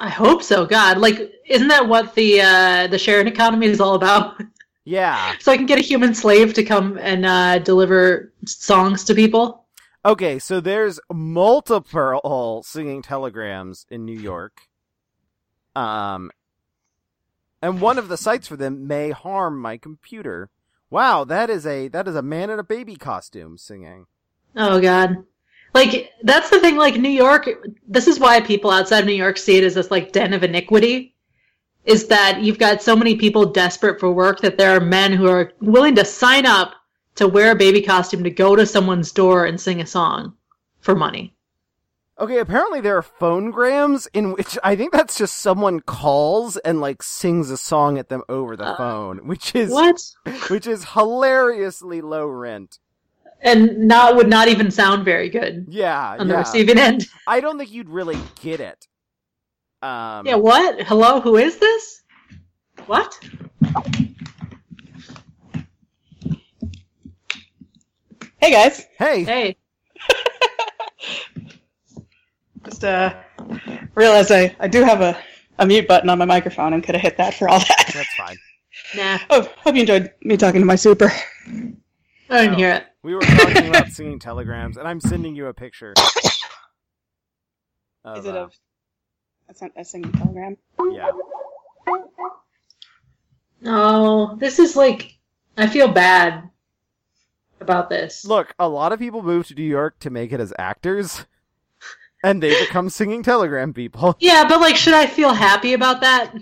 Speaker 3: I hope so. God, like, isn't that what the uh, the sharing economy is all about?
Speaker 1: Yeah.
Speaker 3: so I can get a human slave to come and uh, deliver songs to people.
Speaker 1: Okay, so there's multiple singing telegrams in New York. Um and one of the sites for them may harm my computer. Wow, that is a that is a man in a baby costume singing.
Speaker 3: Oh God. Like that's the thing. Like New York, this is why people outside of New York see it as this like den of iniquity. Is that you've got so many people desperate for work that there are men who are willing to sign up to wear a baby costume to go to someone's door and sing a song for money.
Speaker 1: Okay, apparently there are phonograms in which I think that's just someone calls and like sings a song at them over the
Speaker 3: Uh,
Speaker 1: phone, which is
Speaker 3: What?
Speaker 1: which is hilariously low rent.
Speaker 3: And not would not even sound very good
Speaker 1: Yeah,
Speaker 3: on the
Speaker 1: yeah.
Speaker 3: receiving end.
Speaker 1: I don't think you'd really get it. Um,
Speaker 3: Yeah, what? Hello, who is this? What?
Speaker 2: Hey guys,
Speaker 1: Hey,
Speaker 3: Hey.
Speaker 2: just uh, realized I, I do have a, a mute button on my microphone and could have hit that for all that.
Speaker 1: that's fine.
Speaker 3: Nah,
Speaker 2: Oh, hope you enjoyed me talking to my super.
Speaker 3: I didn't
Speaker 1: Oh.
Speaker 3: hear it.
Speaker 1: We were talking about singing telegrams, and I'm sending you a picture. Of,
Speaker 2: Is it
Speaker 1: uh,
Speaker 2: a, a, sen- a singing telegram?
Speaker 1: yeah?
Speaker 3: No, this is like I feel bad about this.
Speaker 1: Look, a lot of people move to New York to make it as actors, and they become singing telegram people.
Speaker 3: Yeah, but like should I feel happy about that?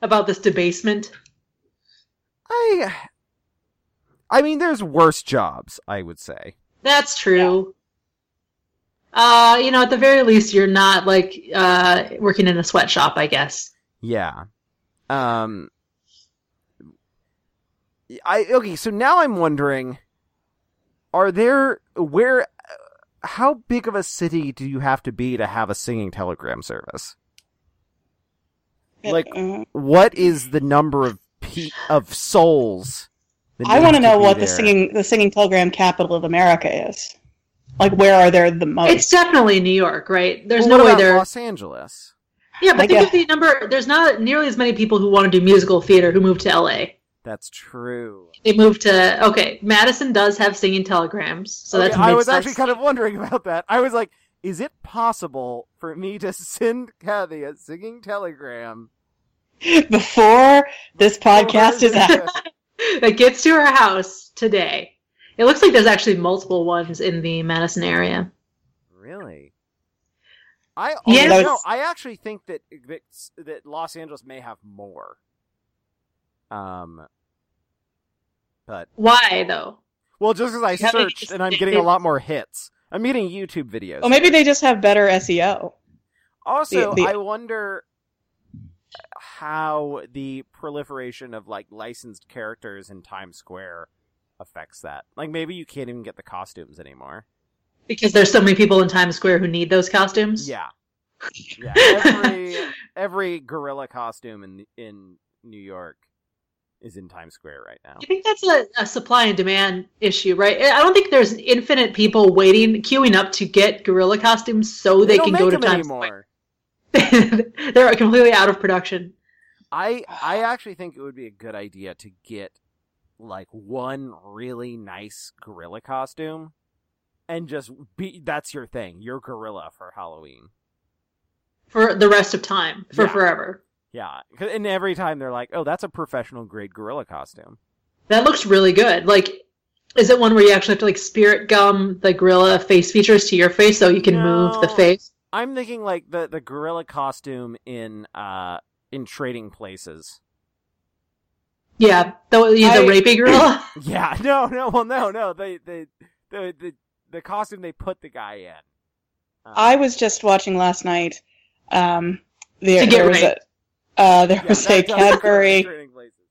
Speaker 3: About this debasement?
Speaker 1: I I mean there's worse jobs, I would say.
Speaker 3: That's true. Uh, you know, at the very least you're not like uh working in a sweatshop, I guess.
Speaker 1: Yeah. Um I okay, so now I'm wondering are there where how big of a city do you have to be to have a singing telegram service? Like-
Speaker 2: Uh,
Speaker 1: What is the number of pe- of souls? that
Speaker 2: I
Speaker 1: need
Speaker 2: want to know
Speaker 1: be
Speaker 2: what the
Speaker 1: there?
Speaker 2: singing the singing telegram capital of America is. Like, where are there the most?
Speaker 3: It's definitely New York, right? There's
Speaker 1: Oh. Well,
Speaker 3: no
Speaker 1: what
Speaker 3: way
Speaker 1: about
Speaker 3: there.
Speaker 1: Los Angeles.
Speaker 3: Yeah, but
Speaker 2: I
Speaker 3: think
Speaker 2: guess-
Speaker 3: of the number. There's not nearly as many people who want to do musical theater who move to LA.
Speaker 1: That's true.
Speaker 3: They move to okay. Madison does have singing telegrams, so
Speaker 1: Okay,
Speaker 3: that's
Speaker 1: I was actually kind of wondering about that. I was like, is it possible for me to send Kathy a singing telegram?
Speaker 2: Before this podcast is out.
Speaker 3: that gets to her house today. It looks like there's actually multiple ones in the Madison area.
Speaker 1: Really? I oh,
Speaker 3: Yeah.
Speaker 2: That
Speaker 1: no,
Speaker 2: was-
Speaker 1: I actually think that, that that Los Angeles may have more. Um, but
Speaker 3: Why though?
Speaker 1: well, just because I
Speaker 3: Yeah, they
Speaker 1: searched
Speaker 3: just-
Speaker 1: and I'm
Speaker 3: they-
Speaker 1: getting
Speaker 3: they-
Speaker 1: a lot more hits, I'm getting YouTube videos.
Speaker 2: Well, maybe they just have better E SEO.
Speaker 1: Also,
Speaker 2: The- the-
Speaker 1: I wonder how the proliferation of like licensed characters in Times Square affects that. Like maybe you can't even get the costumes anymore.
Speaker 3: Because there's so many people in Times Square who need those costumes.
Speaker 1: Yeah. Yeah. Every every gorilla costume in in New York is in Times Square right now.
Speaker 3: I think that's a, a supply and demand issue, right? I don't think there's infinite people waiting, queuing up to get gorilla costumes so they,
Speaker 1: don't
Speaker 3: can
Speaker 1: make
Speaker 3: go to
Speaker 1: them
Speaker 3: Times
Speaker 1: anymore.
Speaker 3: Square. They're completely out of production.
Speaker 1: I I actually think it would be a good idea to get like one really nice gorilla costume and just be that's your thing. Your gorilla for Halloween.
Speaker 3: for the rest of time for
Speaker 1: Yeah.
Speaker 3: forever
Speaker 1: Yeah. 'Cause- And every time they're like, "Oh, that's a professional grade gorilla costume."
Speaker 3: that looks really good like is it one where you actually have to like spirit gum the gorilla face features to your face so you can move the
Speaker 1: No.
Speaker 3: face
Speaker 1: I'm thinking like the the gorilla costume in uh in Trading Places.
Speaker 3: yeah the, he's a
Speaker 2: I-
Speaker 3: rapey gorilla
Speaker 1: Yeah. No, no. Well, no, no. They they the the the costume they put the guy in. Uh,
Speaker 2: I was just watching last night. Um, the,
Speaker 3: To get
Speaker 2: there was a
Speaker 3: right.
Speaker 2: uh, there
Speaker 1: yeah,
Speaker 2: was a
Speaker 1: that does look like
Speaker 2: Cadbury.
Speaker 1: Trading Places.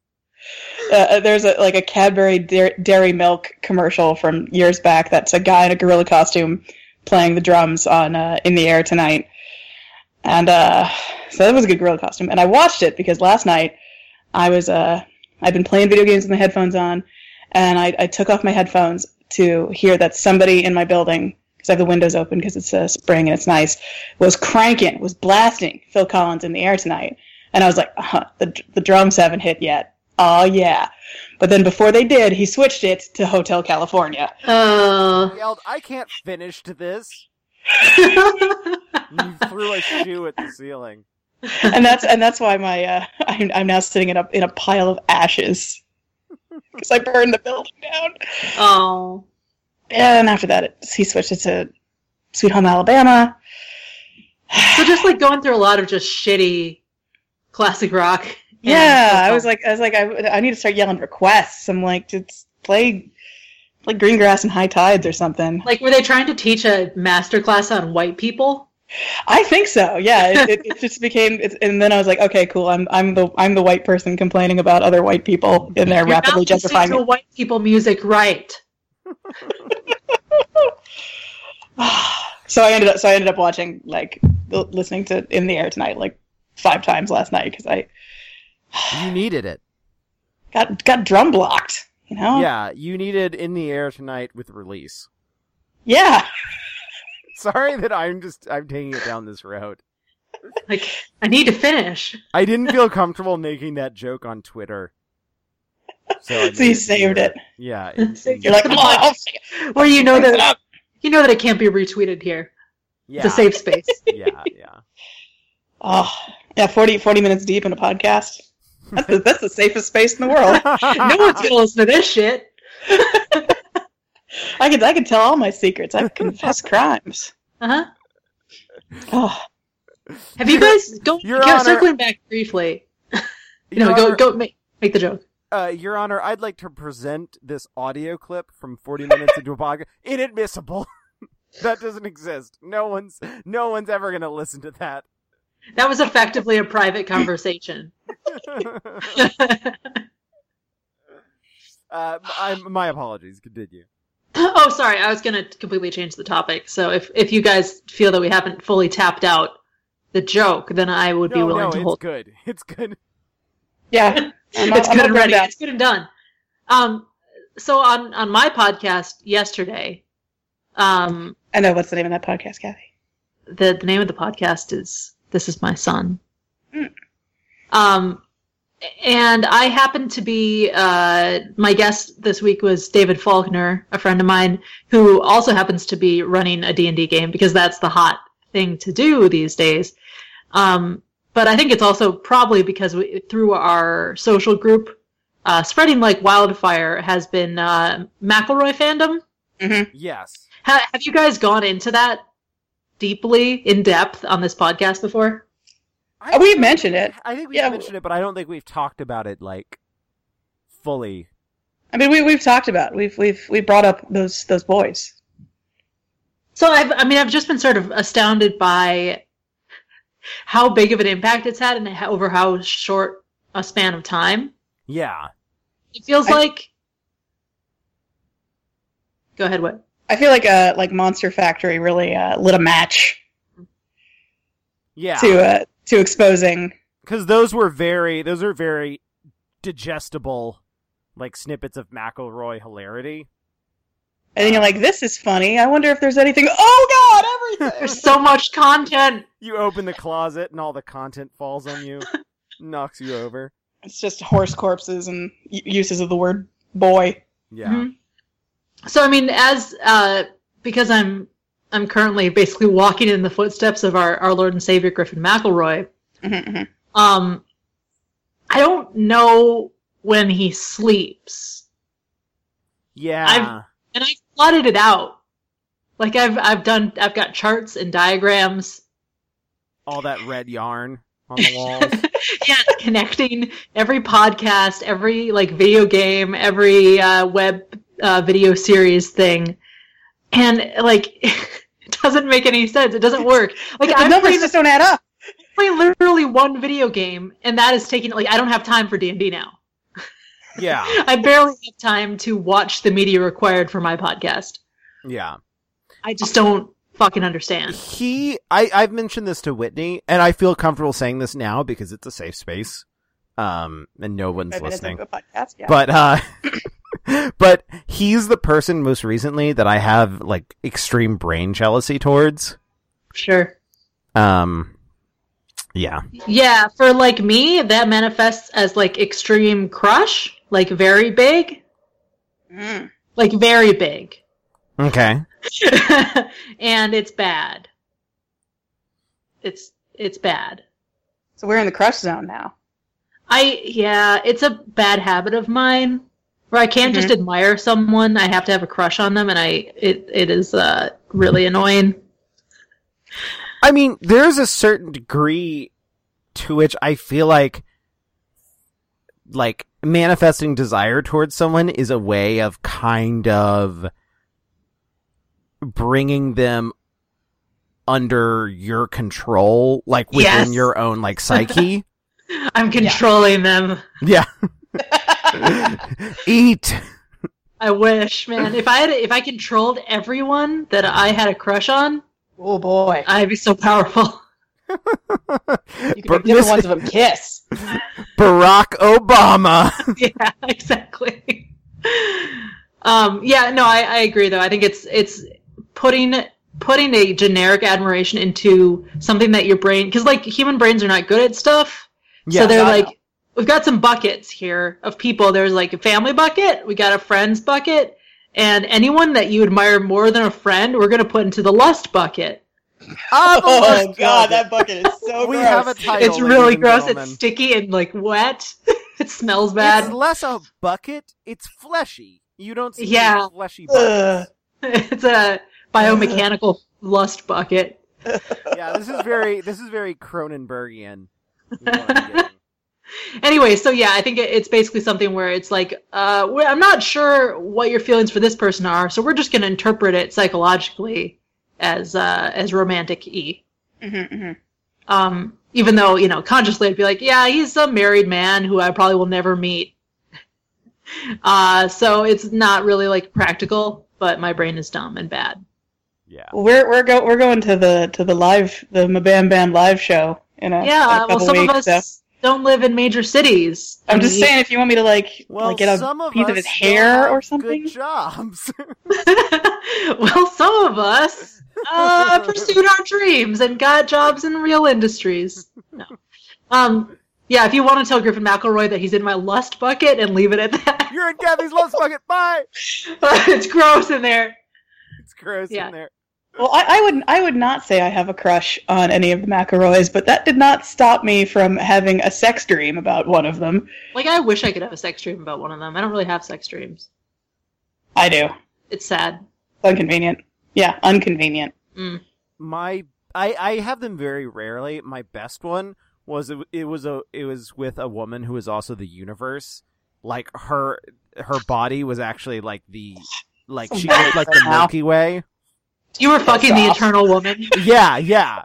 Speaker 2: Uh, there's a like a Cadbury Dai- Dairy Milk commercial from years back. That's a guy in a gorilla costume playing the drums on uh, "In the Air Tonight," and uh, so that was a good gorilla costume. And I watched it because last night I was uh, I've been playing video games with my headphones on, and I, I took off my headphones to hear that somebody in my building because I have the windows open because it's uh, spring and it's nice was cranking was blasting Phil Collins in the air tonight, and I was like, uh the the drums haven't hit yet. Oh yeah, but then before they did, he switched it to Hotel California.
Speaker 3: uh
Speaker 1: He yelled, "I can't finish to this." You threw a shoe at the ceiling.
Speaker 2: and that's and that's why my uh, I'm I'm now sitting in a in a pile of ashes because I burned the building down.
Speaker 3: oh
Speaker 2: And after that, it, he switched it to Sweet Home Alabama.
Speaker 3: so just like going through a lot of just shitty classic rock and-
Speaker 2: Yeah, I was like I was like I, I need to start yelling requests. I'm like just play like Green Grass and High Tides or something.
Speaker 3: like were they trying to teach a master class on white people
Speaker 2: I think so. Yeah, it, it, it just became, it, and then I was like, okay, cool. I'm I'm the I'm the white person complaining about other white people, and they're
Speaker 3: You're not
Speaker 2: rapidly
Speaker 3: listening
Speaker 2: justifying
Speaker 3: to
Speaker 2: it.
Speaker 3: white people music, right?
Speaker 2: so I ended up so I ended up watching like l- listening to In the Air Tonight like five times last night because I
Speaker 1: You needed it.
Speaker 2: got got drum blocked. You know?
Speaker 1: Yeah, you needed in the air tonight with release.
Speaker 2: Yeah.
Speaker 1: Sorry that I'm just I'm taking it down this road.
Speaker 3: Like, I need to finish.
Speaker 1: I didn't feel comfortable making that joke on Twitter. So, I
Speaker 2: So you
Speaker 1: made
Speaker 2: saved
Speaker 1: here.
Speaker 2: it.
Speaker 1: Yeah.
Speaker 3: So
Speaker 1: in-
Speaker 2: You're like, oh, I'll fix
Speaker 3: Or you know
Speaker 2: it
Speaker 3: that
Speaker 2: up.
Speaker 3: you know that it can't be retweeted here.
Speaker 1: yeah,
Speaker 3: It's a safe space.
Speaker 1: yeah, yeah.
Speaker 2: Oh, yeah. 40, 40 minutes deep in a podcast. That's the, that's the safest space in the world.
Speaker 3: no one's gonna listen to this shit.
Speaker 2: I could I could tell all my secrets. I could confess crimes.
Speaker 3: Uh huh.
Speaker 2: Oh,
Speaker 3: Have you guys go?
Speaker 1: Your
Speaker 3: go-
Speaker 1: Honor-
Speaker 3: circling back briefly.
Speaker 1: Your
Speaker 3: No, go
Speaker 1: Honor-
Speaker 3: go make make the joke.
Speaker 1: Uh, Your Honor, I'd like to present this audio clip from 40 minutes into a podcast. Inadmissible. that doesn't exist. No one's no one's ever going to listen to that.
Speaker 3: That was effectively a private conversation.
Speaker 1: uh, I'm, my apologies. Continue.
Speaker 3: oh, sorry. I was going to completely change the topic. So if if you guys feel that we haven't fully tapped out the joke, then I would be
Speaker 1: no,
Speaker 3: willing
Speaker 1: no,
Speaker 3: to
Speaker 1: it's
Speaker 3: hold.
Speaker 1: good. It's good.
Speaker 2: yeah. I'm all-
Speaker 3: it's
Speaker 2: I'm
Speaker 3: good
Speaker 2: all
Speaker 3: and ready.
Speaker 2: done.
Speaker 3: It's good and done. Um, so on on my podcast yesterday, um,
Speaker 2: I know what's the name of that podcast, Kathy.
Speaker 3: the the name of the podcast is "This Is My Son."
Speaker 2: Hmm.
Speaker 3: Um, and I happened to be uh, my guest this week was David Faulkner, a friend of mine who also happens to be running a D and D game because that's the hot thing to do these days. Um, but I think it's also probably because we, through our social group, uh, spreading like wildfire has been uh, McElroy fandom.
Speaker 1: Yes.
Speaker 3: Ha- have you guys gone into that deeply, in depth on this podcast before? Oh,
Speaker 1: I
Speaker 2: We've
Speaker 1: don't
Speaker 2: mentioned
Speaker 1: think-
Speaker 2: it.
Speaker 1: I think we've
Speaker 2: Yeah.
Speaker 1: mentioned it, but I don't think we've talked about it like fully.
Speaker 2: I mean, we we've talked about we've we've we brought up those those boys.
Speaker 3: So I've, I mean, I've just been sort of astounded by how big of an impact it's had and how, over how short a span of time.
Speaker 1: Yeah.
Speaker 3: It feels
Speaker 2: I-
Speaker 3: like. Go ahead. What?
Speaker 2: I feel like uh like Monster Factory really uh, lit a match
Speaker 1: Yeah.
Speaker 2: to uh, to exposing.
Speaker 1: because those were very those are very digestible like snippets of McElroy hilarity.
Speaker 2: And then you're like, this is funny. I wonder if there's anything. Oh God, everything.
Speaker 3: There's so much content.
Speaker 1: You open the closet and all the content falls on you, knocks you over.
Speaker 2: it's just horse corpses and u- uses of the word boy.
Speaker 1: Yeah,
Speaker 3: Mhm. So I mean, as uh, because I'm I'm currently basically walking in the footsteps of our our Lord and Savior Griffin McElroy.
Speaker 2: Mhm, mhm.
Speaker 3: Um, I don't know when he sleeps.
Speaker 1: yeah.
Speaker 3: and I plotted it out. Like I've I've done I've got charts and diagrams.
Speaker 1: all that red yarn on the walls.
Speaker 3: Yeah, it's connecting every podcast, every like video game, every uh, web uh, video series thing, and like it doesn't make any sense. It doesn't work. Like
Speaker 2: the
Speaker 3: I'm
Speaker 2: numbers
Speaker 3: playing,
Speaker 2: just don't add up.
Speaker 3: playing literally one video game, and that is taking like I don't have time for D and D now.
Speaker 1: yeah,
Speaker 3: I barely have time to watch the media required for my podcast.
Speaker 1: yeah.
Speaker 3: I just don't fucking understand.
Speaker 1: He, I, I've mentioned this to Whitney, and I feel comfortable saying this now because it's a safe space, um, and no one's
Speaker 2: Five minutes
Speaker 1: listening.
Speaker 2: into a podcast, Oh, yeah.
Speaker 1: but uh but he's the person most recently that i have like extreme brain jealousy towards
Speaker 3: Sure.
Speaker 1: um yeah
Speaker 3: Yeah, for like me, that manifests as like extreme crush, like very big,
Speaker 2: Mm.
Speaker 3: like very big.
Speaker 1: okay
Speaker 3: and it's bad. It's it's bad.
Speaker 2: So we're in the crush zone now.
Speaker 3: I yeah, it's a bad habit of mine where I can't just admire someone, I have to have a crush on them and I it it is uh really annoying.
Speaker 1: i mean there's a certain degree to which i feel like like manifesting desire towards someone is a way of kind of bringing them under your control, like within
Speaker 3: Yes.
Speaker 1: your own like psyche.
Speaker 3: I'm controlling them.
Speaker 1: yeah. Eat.
Speaker 3: I wish, man. If I had, if I controlled everyone that I had a crush on,
Speaker 4: Oh boy,
Speaker 3: I'd be so powerful.
Speaker 4: you
Speaker 1: Bur-
Speaker 4: can make different
Speaker 1: this-
Speaker 4: ones of them kiss.
Speaker 1: Barack Obama.
Speaker 3: yeah, exactly. Um, yeah, no, I, I agree though. I think it's it's putting putting a generic admiration into something that your brain because like human brains are not good at stuff. so they're
Speaker 4: I
Speaker 3: like,
Speaker 4: know.
Speaker 3: we've got some buckets here of people. There's like a family bucket, we got a friends bucket, and anyone that you admire more than a friend, we're gonna put into the lust bucket.
Speaker 1: I'm a
Speaker 4: Oh
Speaker 1: lust
Speaker 4: god,
Speaker 1: bucket.
Speaker 4: that bucket is so
Speaker 1: we
Speaker 4: gross.
Speaker 1: have a title.
Speaker 3: It's really
Speaker 1: ladies and
Speaker 3: gross. It's
Speaker 1: gentlemen.
Speaker 3: sticky and like wet. it smells bad.
Speaker 1: It's less a bucket. It's fleshy. You don't see
Speaker 3: Yeah.
Speaker 1: fleshy
Speaker 4: Ugh.
Speaker 1: buckets.
Speaker 3: it's a biomechanical lust bucket.
Speaker 1: yeah, this is very this is very Cronenbergian. is what I'm getting.
Speaker 3: Anyway, so yeah, I think it- it's basically something where it's like, uh, we- I'm not sure what your feelings for this person are, so we're just going to interpret it psychologically as uh, as romantic e.
Speaker 2: Mhm, mhm.
Speaker 3: Um, even though you know consciously, I'd be like, yeah, he's a married man who I probably will never meet. Uh, so it's not really like practical, but my brain is dumb and bad.
Speaker 1: yeah.
Speaker 2: We're we're go we're going to the to the live the Mabam Bam live show in a, in a
Speaker 3: yeah, well,
Speaker 2: couple
Speaker 3: some
Speaker 2: weeks.
Speaker 3: of us
Speaker 2: so-
Speaker 3: don't live in major cities.
Speaker 2: I'm
Speaker 3: And
Speaker 2: just
Speaker 3: we-
Speaker 2: saying, if you want me to like,
Speaker 1: Well,
Speaker 2: like get a
Speaker 1: some of
Speaker 2: piece
Speaker 1: us
Speaker 2: of his
Speaker 1: still
Speaker 2: hair
Speaker 1: have
Speaker 2: or something,
Speaker 1: Good jobs.
Speaker 3: well, some of us uh, pursued our dreams and got jobs in real industries. No. Um, yeah, if you want to tell Griffin McElroy that he's in my lust bucket and leave it at that,
Speaker 1: You're in Kathy's lust bucket. Bye.
Speaker 3: it's gross in there.
Speaker 1: It's gross
Speaker 3: Yeah.
Speaker 1: in there.
Speaker 2: Well, I, I would I would not say I have a crush on any of the McElroys, but that did not stop me from having a sex dream about one of them.
Speaker 3: Like, I wish I could have a sex dream about one of them. I don't really have sex dreams.
Speaker 2: I do.
Speaker 3: It's sad.
Speaker 2: Unconvenient. Yeah, unconvenient.
Speaker 1: My I I have them very rarely. My best one was it, it was a it was with a woman who is also the universe. Like her her body was actually like the like she looked like the Milky Way.
Speaker 3: You were fucking the
Speaker 4: off.
Speaker 3: eternal woman,
Speaker 1: Yeah, yeah.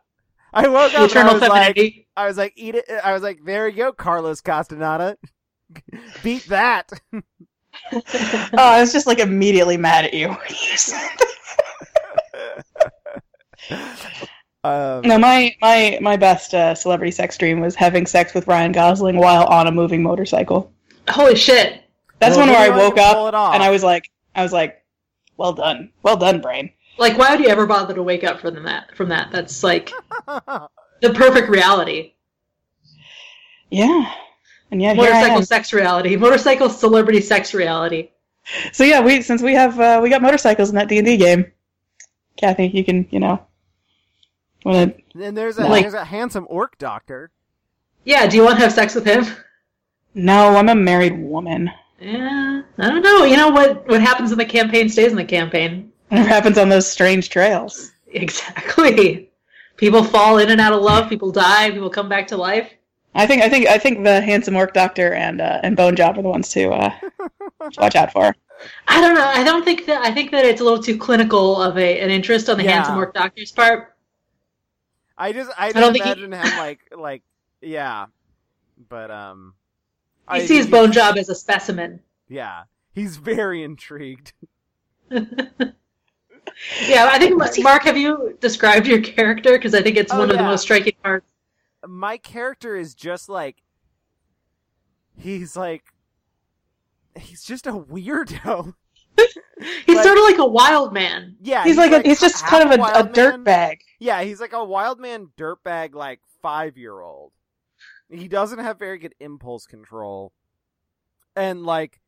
Speaker 1: I woke
Speaker 3: the
Speaker 1: up and I
Speaker 3: eternal
Speaker 1: was like,
Speaker 3: femininity.
Speaker 1: I was like, eat it. I was like, there you go, Carlos Castaneda. Beat that.
Speaker 2: oh, I was just like immediately mad at you.
Speaker 1: Um,
Speaker 2: no, my my my best uh, celebrity sex dream was having sex with Ryan Gosling while on a moving motorcycle.
Speaker 3: Holy shit.
Speaker 2: That's
Speaker 1: well,
Speaker 2: one where I
Speaker 1: maybe
Speaker 2: woke
Speaker 1: can
Speaker 2: up
Speaker 1: pull it off.
Speaker 2: and I was like, I was like, well done, well done, brain.
Speaker 3: Like, why would you ever bother to wake up from that? From that, that's like the perfect reality.
Speaker 2: Yeah, and yeah, here I am.
Speaker 3: motorcycle sex reality motorcycle celebrity sex reality
Speaker 2: So yeah, we since we have uh, we got motorcycles in that D and D game, Kathy, you can you know, want to
Speaker 1: and there's a
Speaker 2: Like-
Speaker 1: there's a handsome orc doctor.
Speaker 3: yeah do you want to have sex with him
Speaker 2: no, I'm a married woman.
Speaker 3: yeah i don't know you know what what happens in the campaign stays in the campaign
Speaker 2: Whatever happens on those strange trails.
Speaker 3: exactly people fall in and out of love people die people come back to life
Speaker 2: I think I think I think the handsome orc doctor and uh, and bone job are the ones to uh, to watch out for.
Speaker 3: i don't know i don't think that i think that it's a little too clinical of a an interest on the
Speaker 1: Yeah.
Speaker 3: handsome work doctor's part
Speaker 1: I just I, just
Speaker 3: don't think he-
Speaker 1: imagine him like like yeah, but um,
Speaker 3: he sees bone job as a specimen
Speaker 1: Yeah, he's very intrigued.
Speaker 3: yeah i think mark have you described your character because i think it's
Speaker 1: Oh,
Speaker 3: one of the
Speaker 1: yeah.
Speaker 3: most striking parts
Speaker 1: My character is just like he's like he's just a weirdo.
Speaker 3: he's
Speaker 1: Like-
Speaker 3: sort of like a wild man
Speaker 1: Yeah,
Speaker 2: he's like, a, he's just
Speaker 1: half
Speaker 2: kind of a, a
Speaker 1: wild
Speaker 2: dirt
Speaker 1: man.
Speaker 2: bag.
Speaker 1: Yeah, he's like a wild man dirtbag, like five year old. He doesn't have very good impulse control, and like,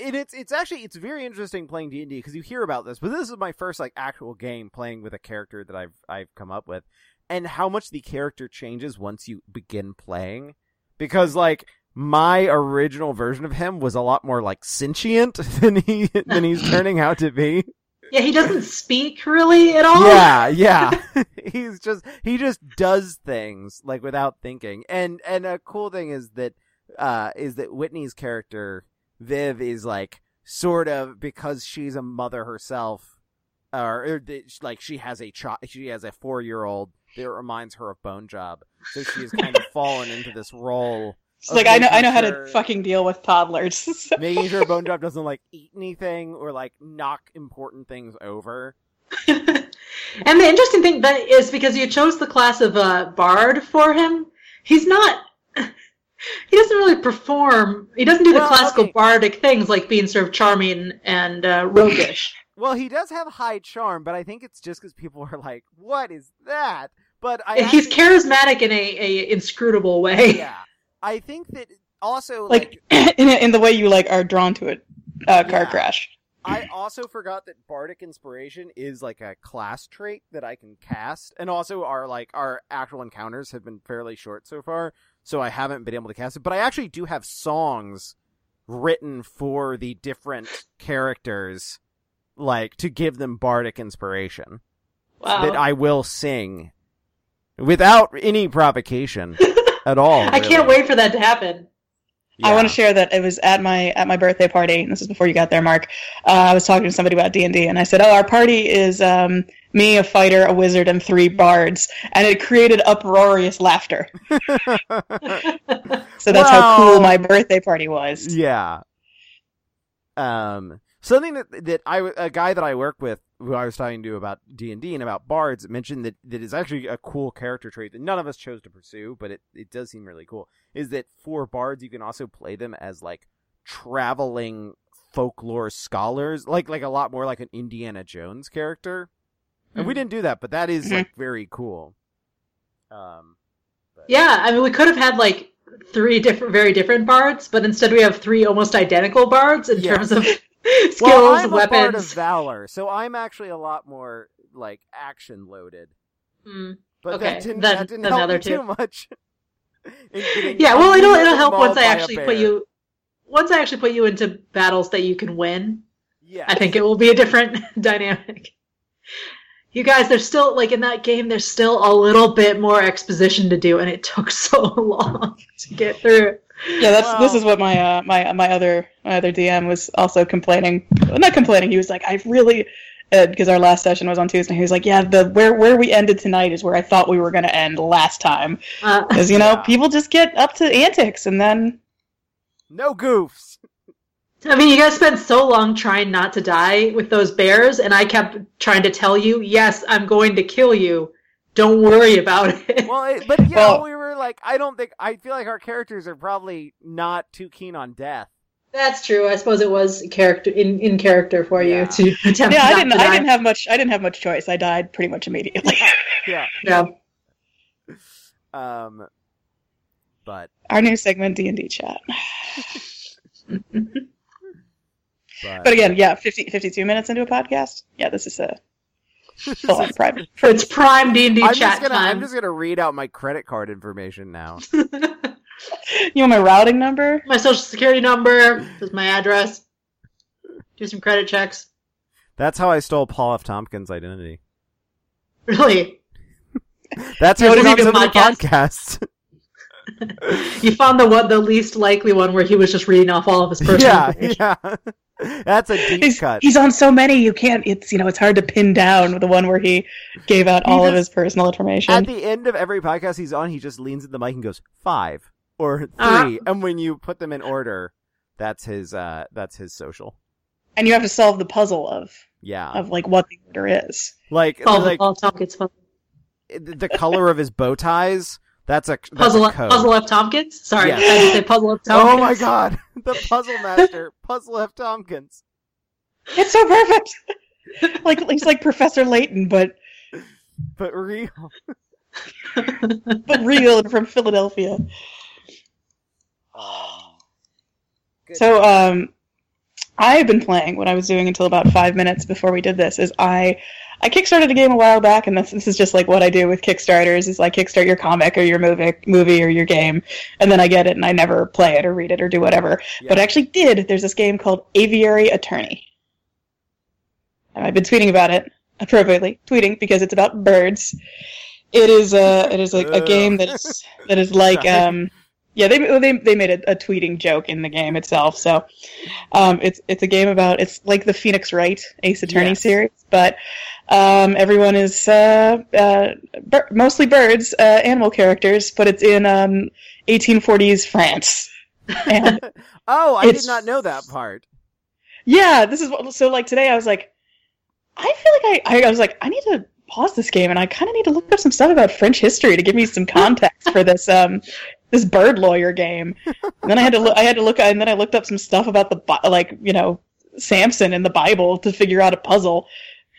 Speaker 1: and it's it's actually it's very interesting playing D anD D because you hear about this, but this is my first like actual game playing with a character that I've I've come up with, and how much the character changes once you begin playing, because like my original version of him was a lot more like sentient than he than he's turning out to be.
Speaker 3: yeah he doesn't speak really at all
Speaker 1: Yeah, yeah. Oh. He's just he just does things like without thinking. And and a cool thing is that uh is that Whitney's character Viv is like sort of because she's a mother herself or, or that sh- like she has a child, she has a four year old that reminds her of Bone Job, so she has kind of fallen into this role,
Speaker 2: It's like I know I know how
Speaker 1: Sure.
Speaker 2: to fucking deal with toddlers. So-
Speaker 1: making sure Bone Job doesn't like eat anything or like knock important things over.
Speaker 3: and the interesting thing that is because you chose the class of uh, bard for him, he's not. He doesn't really perform. He doesn't do the
Speaker 1: Well,
Speaker 3: classical
Speaker 1: okay.
Speaker 3: bardic things like being sort of charming and uh, roguish.
Speaker 1: Well, he does have high charm, but I think it's just because people are like, "What is that?" But I
Speaker 3: He's
Speaker 1: actually-
Speaker 3: charismatic in a, a inscrutable way.
Speaker 1: yeah. I think that also like
Speaker 2: like in, in the way you like are drawn to it. Uh, car
Speaker 1: Yeah.
Speaker 2: crash.
Speaker 1: I also forgot that bardic inspiration is like a class trait that I can cast, and also our like our actual encounters have been fairly short so far, so I haven't been able to cast it. But I actually do have songs written for the different characters, like to give them bardic inspiration that
Speaker 3: Wow.
Speaker 1: I will sing without any provocation at all.
Speaker 3: I can't
Speaker 1: really.
Speaker 3: wait for that to happen.
Speaker 2: I want
Speaker 1: Yeah.
Speaker 2: to share that it was at my at my birthday party, and this is before you got there, Mark. Uh, I was talking to somebody about D and D, and I said, "Oh, our party is um, me, a fighter, a wizard, and three bards," and it created uproarious laughter. So that's how
Speaker 1: Wow.
Speaker 2: cool my birthday party was.
Speaker 1: Yeah. Um, something that that I a guy that I work with who I was talking to about D and D and about bards mentioned that that is actually a cool character trait that none of us chose to pursue, but it it does seem really cool. Is that for bards you can also play them as like traveling folklore scholars, like like a lot more like an Indiana Jones character. And we didn't do that, but that is,
Speaker 2: Mhm.
Speaker 1: like very cool. Um,
Speaker 3: Yeah, I mean, we could have had like three different, very different bards, but instead we have three almost identical bards in
Speaker 1: Yeah.
Speaker 3: terms of skills,
Speaker 1: well, I'm a bard of
Speaker 3: weapons.
Speaker 1: valor, so I'm actually a lot more like action loaded.
Speaker 3: Hmm.
Speaker 1: But
Speaker 3: Okay,
Speaker 1: that didn't,
Speaker 3: then-
Speaker 1: that didn't
Speaker 3: then the
Speaker 1: help
Speaker 3: other
Speaker 1: me
Speaker 3: two.
Speaker 1: too much. In getting
Speaker 3: Yeah, well, it'll it'll help
Speaker 1: mauled
Speaker 3: once I
Speaker 1: by a
Speaker 3: actually
Speaker 1: bear.
Speaker 3: put you once I actually put you into battles that you can win.
Speaker 1: Yeah,
Speaker 3: I think it will be a different dynamic. You guys, there's still like in that game, there's still a little bit more exposition to do, and it took so long to get through.
Speaker 2: Yeah, that's this
Speaker 1: Wow.
Speaker 2: is what my uh, my my other my other DM was also complaining. Well, not complaining. He was like, "I really," uh, because our last session was on Tuesday. He was like, "Yeah, the where where we ended tonight is where I thought we were going to end last time."
Speaker 3: Uh,
Speaker 2: Because you know,
Speaker 1: Yeah.
Speaker 2: people just get up to antics, and then
Speaker 1: no goofs.
Speaker 3: I mean, you guys spent so long trying not to die with those bears, and I kept trying to tell you, yes, I'm going to kill you. Don't worry about it.
Speaker 1: Well, it, but yeah,
Speaker 2: Well-
Speaker 1: we were like, I don't think I feel like our characters are probably not too keen on death.
Speaker 3: That's true. I suppose it was character in, in character for
Speaker 1: Yeah.
Speaker 3: you to attempt.
Speaker 2: yeah,
Speaker 3: not
Speaker 2: I didn't
Speaker 3: To die.
Speaker 2: I didn't have much I didn't have much choice. I died pretty much immediately.
Speaker 1: Yeah.
Speaker 3: Yeah.
Speaker 1: Um. But
Speaker 2: our new segment, D and D chat.
Speaker 1: but,
Speaker 2: But again, yeah, 50, 52 minutes into a podcast. Yeah, this is a full on private.
Speaker 3: It's prime D and D
Speaker 1: I'm
Speaker 3: chat
Speaker 1: just gonna
Speaker 3: time.
Speaker 1: I'm just gonna read out my credit card information now.
Speaker 2: You want my routing number?
Speaker 3: my social security number, this is my address. Do some credit checks.
Speaker 1: That's how I stole Paul F. Tompkins' identity.
Speaker 3: Really,
Speaker 1: That's
Speaker 3: You
Speaker 1: how he
Speaker 3: wanna
Speaker 1: talks
Speaker 3: do
Speaker 1: in
Speaker 3: the
Speaker 1: the podcast.
Speaker 3: you found the one, the least likely one, where he was just reading off all of his personal.
Speaker 1: yeah,
Speaker 3: information.
Speaker 1: yeah. That's a deep
Speaker 2: He's,
Speaker 1: cut.
Speaker 2: he's on so many you can't. It's you know it's hard to pin down the one where he gave out
Speaker 1: He
Speaker 2: all of
Speaker 1: just-
Speaker 2: his personal
Speaker 1: At
Speaker 2: information.
Speaker 1: the end of every podcast he's on, he just leans at the mic and goes five or three,
Speaker 3: Uh-huh.
Speaker 1: and when you put them in order, that's his. Uh, that's his social.
Speaker 2: And you have to solve the puzzle of
Speaker 1: Yeah,
Speaker 2: of like what the order is.
Speaker 1: like
Speaker 3: All,
Speaker 1: like
Speaker 3: all Tompkins puzzle.
Speaker 1: the color of his bow ties. That's a that's a
Speaker 3: Puzzle,
Speaker 1: code.
Speaker 3: puzzle F Tompkins. Sorry,
Speaker 1: Yeah.
Speaker 3: I had to say Puzzle F Tompkins.
Speaker 1: Oh my god, the puzzle master, Puzzle F. Tompkins.
Speaker 2: It's so perfect. like he's like Professor Layton, but
Speaker 1: But real.
Speaker 2: but real and from Philadelphia.
Speaker 1: Good.
Speaker 2: So um I've been playing what I was doing until about five minutes before we did this is I I kickstarted a game a while back and this this is just like what I do with Kickstarters is I kickstart your comic or your movie movie or your game and then I get it and I never play it or read it or do whatever.
Speaker 1: Yeah.
Speaker 2: But I actually did. There's this game called Aviary Attorney. And I've been tweeting about it appropriately, tweeting because it's about birds. It is a it is like a
Speaker 1: Ugh.
Speaker 2: game that is that is like
Speaker 1: Sorry.
Speaker 2: um Yeah, they well, they they made a, a tweeting joke in the game itself. So, um, it's it's a game about it's like the Phoenix Wright Ace Attorney
Speaker 1: Yes.
Speaker 2: series, but um, everyone is uh, uh, bir- mostly birds, uh, animal characters, but it's in um, 1840s France. And
Speaker 1: Oh, I did
Speaker 2: It's-
Speaker 1: not know that part.
Speaker 2: yeah, this is what, so like today I was like, I feel like I, I was like I need to pause this game and I kind of need to look up some stuff about French history to give me some context for this um this bird lawyer game. And then I had to look I had to look and then I looked up some stuff about the Bi- like you know Samson in the Bible to figure out a puzzle.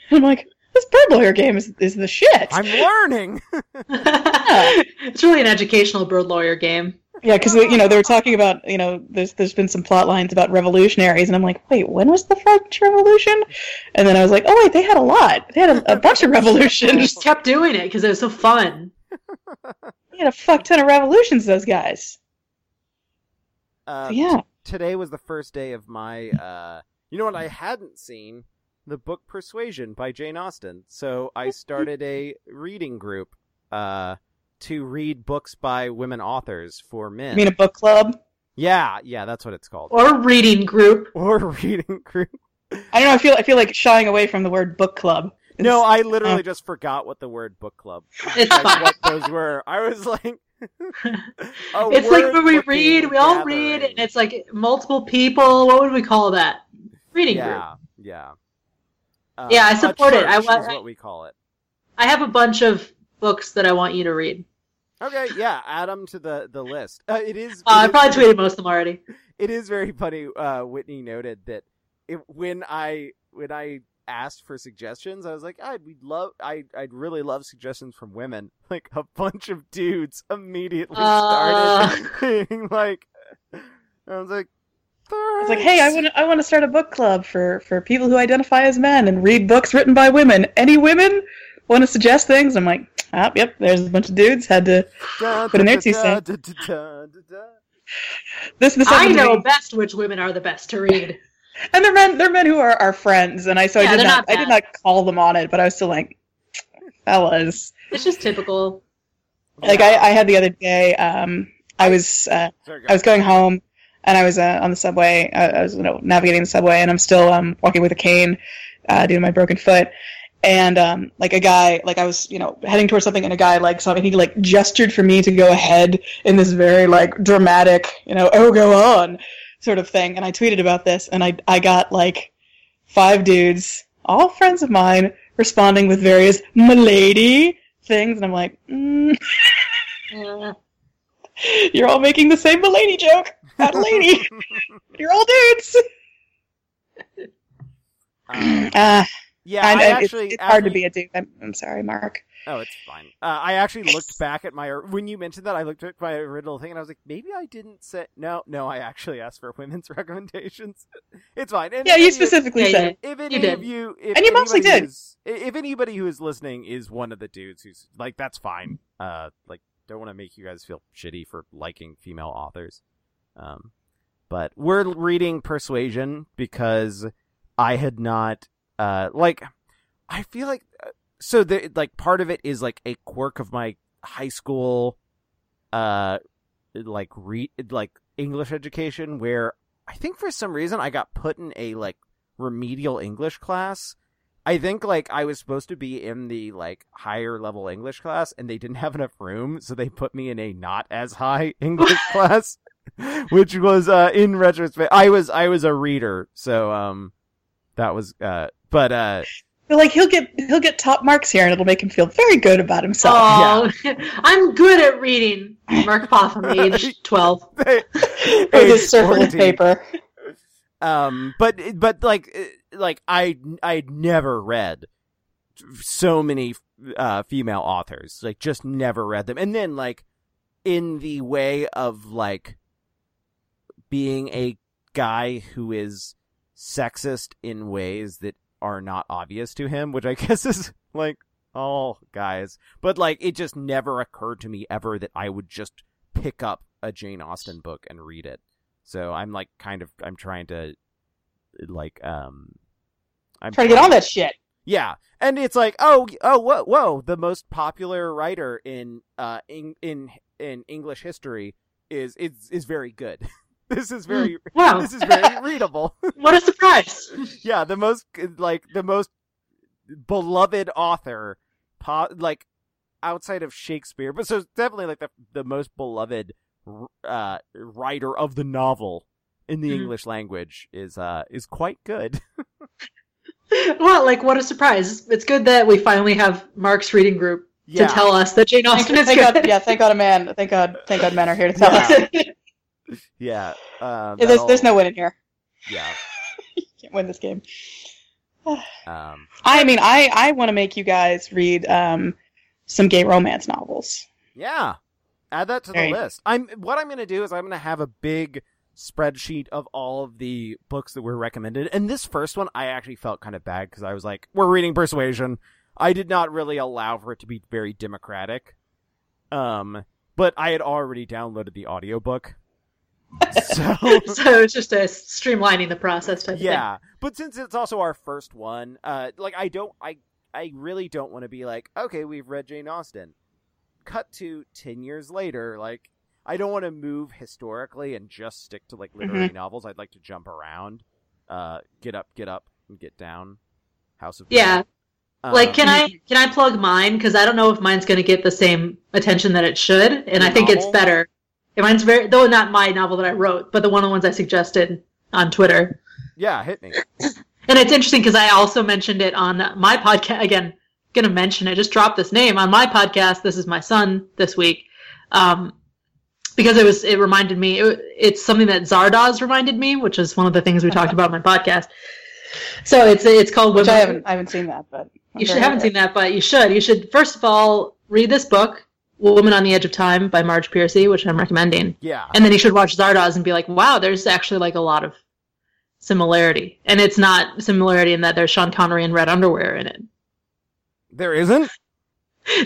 Speaker 2: And I'm like this bird lawyer game is is the shit.
Speaker 1: I'm learning.
Speaker 3: it's really an educational bird lawyer game.
Speaker 2: Yeah, because you know they were talking about you know there's there's been some plot lines about revolutionaries, and I'm like, wait, when was the French Revolution? And then I was like, oh wait, they had a lot. They had a, a bunch of
Speaker 3: And I
Speaker 2: revolutions.
Speaker 3: just kept doing it because it was so fun.
Speaker 2: They had a fuck ton of revolutions. Those guys.
Speaker 1: Uh,
Speaker 2: So, yeah.
Speaker 1: Today was the first day of my. Uh, you know what? I hadn't seen the book Persuasion by Jane Austen, so
Speaker 3: Oh,
Speaker 1: I started a reading group uh, to read books by women authors for men.
Speaker 2: I mean, a book club.
Speaker 1: yeah, yeah, that's what it's called.
Speaker 3: Or reading group.
Speaker 1: Or reading group.
Speaker 2: I don't know. I feel I feel like shying away from the word book club. It's-
Speaker 1: No, I
Speaker 3: uh,
Speaker 1: literally just forgot what the word book club.
Speaker 3: It's
Speaker 1: Like
Speaker 3: fun.
Speaker 1: what those were. I was like, a
Speaker 3: It's like when we
Speaker 1: word-looking
Speaker 3: read, we all read,
Speaker 1: gathering.
Speaker 3: and it's like multiple people. What would we call that? Reading group.
Speaker 1: yeah, yeah, Uh,
Speaker 3: Yeah, I
Speaker 1: a
Speaker 3: support it. I
Speaker 1: church
Speaker 3: want-
Speaker 1: is what we call it.
Speaker 3: I have a bunch of books that I want you to read.
Speaker 1: Okay, yeah, add them to the the list. Uh, it is.
Speaker 3: Uh,
Speaker 1: it
Speaker 3: I
Speaker 1: is-
Speaker 3: probably tweeted most of them already.
Speaker 1: It is very funny. Uh, Whitney noted that it, when I when I asked for suggestions, I was like, I'd we'd love, I I'd really love suggestions from women. Like a bunch of dudes immediately
Speaker 2: Uh.
Speaker 1: started being like, I was like,
Speaker 2: I was like, hey, I want to I want to start a book club for for people who identify as men and read books written by women. Any women want to suggest things? I'm like, ah, yep. There's a bunch of dudes had to. put in their two cents. This this
Speaker 3: I
Speaker 2: happened to
Speaker 3: know
Speaker 2: me.
Speaker 3: best which women are the best to read.
Speaker 2: and they're men they're men who are our friends and i so
Speaker 3: Yeah,
Speaker 2: i did
Speaker 3: they're
Speaker 2: not,
Speaker 3: not
Speaker 2: i did not call them on it but i was still like fellas
Speaker 3: It's just typical.
Speaker 2: like I, I had the other day um i was uh, i was going home and i was uh, on the subway I, I was you know navigating the subway and i'm still um walking with a cane uh due to my broken foot and um like a guy like i was you know heading towards something and a guy like something he like gestured for me to go ahead in this very like dramatic you know oh go on sort of thing and i tweeted about this and i i got like five dudes all friends of mine responding with various milady things and i'm like mm,
Speaker 3: Yeah.
Speaker 2: you're all making the same milady joke not lady you're all dudes
Speaker 1: Uh,
Speaker 2: uh,
Speaker 1: yeah, I,
Speaker 2: and, and
Speaker 1: actually
Speaker 2: it's, it's hard
Speaker 1: after
Speaker 2: to be a dude I'm, I'm sorry mark
Speaker 1: Oh, it's fine. Uh, I actually looked back at my when you mentioned that I looked at my original thing and I was like, maybe I didn't say no. No, I actually asked for women's recommendations. It's fine. And
Speaker 2: yeah
Speaker 1: if
Speaker 2: you
Speaker 1: any-
Speaker 2: specifically
Speaker 3: Yeah,
Speaker 2: said
Speaker 1: If any
Speaker 3: did.
Speaker 1: of you, if
Speaker 2: And you mostly
Speaker 1: anybody
Speaker 2: did.
Speaker 1: who's- If anybody who is listening is one of the dudes who's like, that's fine. Uh, like, don't want to make you guys feel shitty for liking female authors. Um, but we're reading Persuasion because I had not uh like I feel like uh, so the like part of it is like a quirk of my high school uh like re like English education where I think for some reason I got put in a like remedial English class. I think like I was supposed to be in the like higher level English class and they didn't have enough room so they put me in a not as high English class which was uh in retrospect I was I was a reader so um that was uh but uh
Speaker 2: They're like he'll get he'll get top marks here and it'll make him feel very good about himself
Speaker 3: oh, I'm good at reading. Mark Popham, age 12.
Speaker 2: with his circle of
Speaker 1: 14.
Speaker 2: paper
Speaker 1: um but but like uh, like i i'd never read so many uh female authors like just never read them and then like in the way of like being a guy who is sexist in ways that are not obvious to him which i guess is like all guys but like it just never occurred to me ever that i would just pick up a jane austen book and read it so i'm like kind of i'm trying to like um i'm
Speaker 2: trying to get on that shit
Speaker 1: yeah, and it's like, oh, oh, whoa, whoa, the most popular writer in uh in in, in English history is is is very good. This is very
Speaker 3: Wow.
Speaker 1: this is very readable.
Speaker 3: Hmm. what a surprise.
Speaker 1: yeah, the most uh, like the most beloved author, po- like outside of Shakespeare, but so it's definitely like the the most beloved uh, writer of the novel in the
Speaker 3: Mhm.
Speaker 1: English language is uh is quite good.
Speaker 3: well, like what a surprise. It's good that we finally have Mark's reading group
Speaker 1: Yeah,
Speaker 3: to tell us that Jane
Speaker 2: Thank,
Speaker 3: Austen is
Speaker 2: thank God,
Speaker 3: good.
Speaker 2: yeah, thank God, a man. Thank God, thank God, men are here to tell us.
Speaker 1: yeah. Um,
Speaker 2: There's,
Speaker 1: that'll-
Speaker 2: there's no winning here.
Speaker 1: yeah.
Speaker 2: Can't win this game.
Speaker 1: Um,
Speaker 2: I mean, I I want to make you guys read um some gay romance novels.
Speaker 1: Yeah. Add that to the
Speaker 2: Very-
Speaker 1: list. I'm what I'm going to do is I'm going to have a big spreadsheet of all of the books that were recommended. And this first one I actually felt kind of bad cuz I was like, we're reading Persuasion. I did not really allow for it to be very democratic. Um, but I had already downloaded the audiobook. So
Speaker 3: so it's just a streamlining the process type of
Speaker 1: yeah but since it's also our first one uh like i don't i i really don't want to be like okay we've read jane austen cut to 10 years later like i don't want to move historically and just stick to like
Speaker 3: Mm-hmm.
Speaker 1: literary novels i'd like to jump around uh get up get up and get down house of
Speaker 3: thing. Yeah.
Speaker 1: Dragon.
Speaker 3: Like
Speaker 1: Um,
Speaker 3: can I can I plug mine cuz I don't know if mine's going to get the same attention that it should and I
Speaker 1: Your
Speaker 3: think it's
Speaker 1: novel?
Speaker 3: better. And mine's very though not my novel that I wrote, but the one of the ones I suggested on Twitter.
Speaker 1: yeah hit me
Speaker 3: And it's interesting because I also mentioned it on my podcast. Again, gonna mention it. Just dropped this name on my podcast. This is my son this week, um, because it was. It reminded me. It, it's something that Zardoz reminded me, which is one of the things we talked about on my podcast. So it's it's called
Speaker 2: Which
Speaker 3: Women.
Speaker 2: I haven't I haven't seen that, but I'm
Speaker 3: you should
Speaker 2: very
Speaker 3: haven't seen that, but you should. You should first of all read this book, Woman on the Edge of Time by Marge Piercy, which I'm recommending
Speaker 1: yeah
Speaker 3: and then he should watch Zardoz and be like, "Wow, there's actually like a lot of similarity." And it's not similarity in that there's Sean Connery in red underwear in it.
Speaker 1: there isn't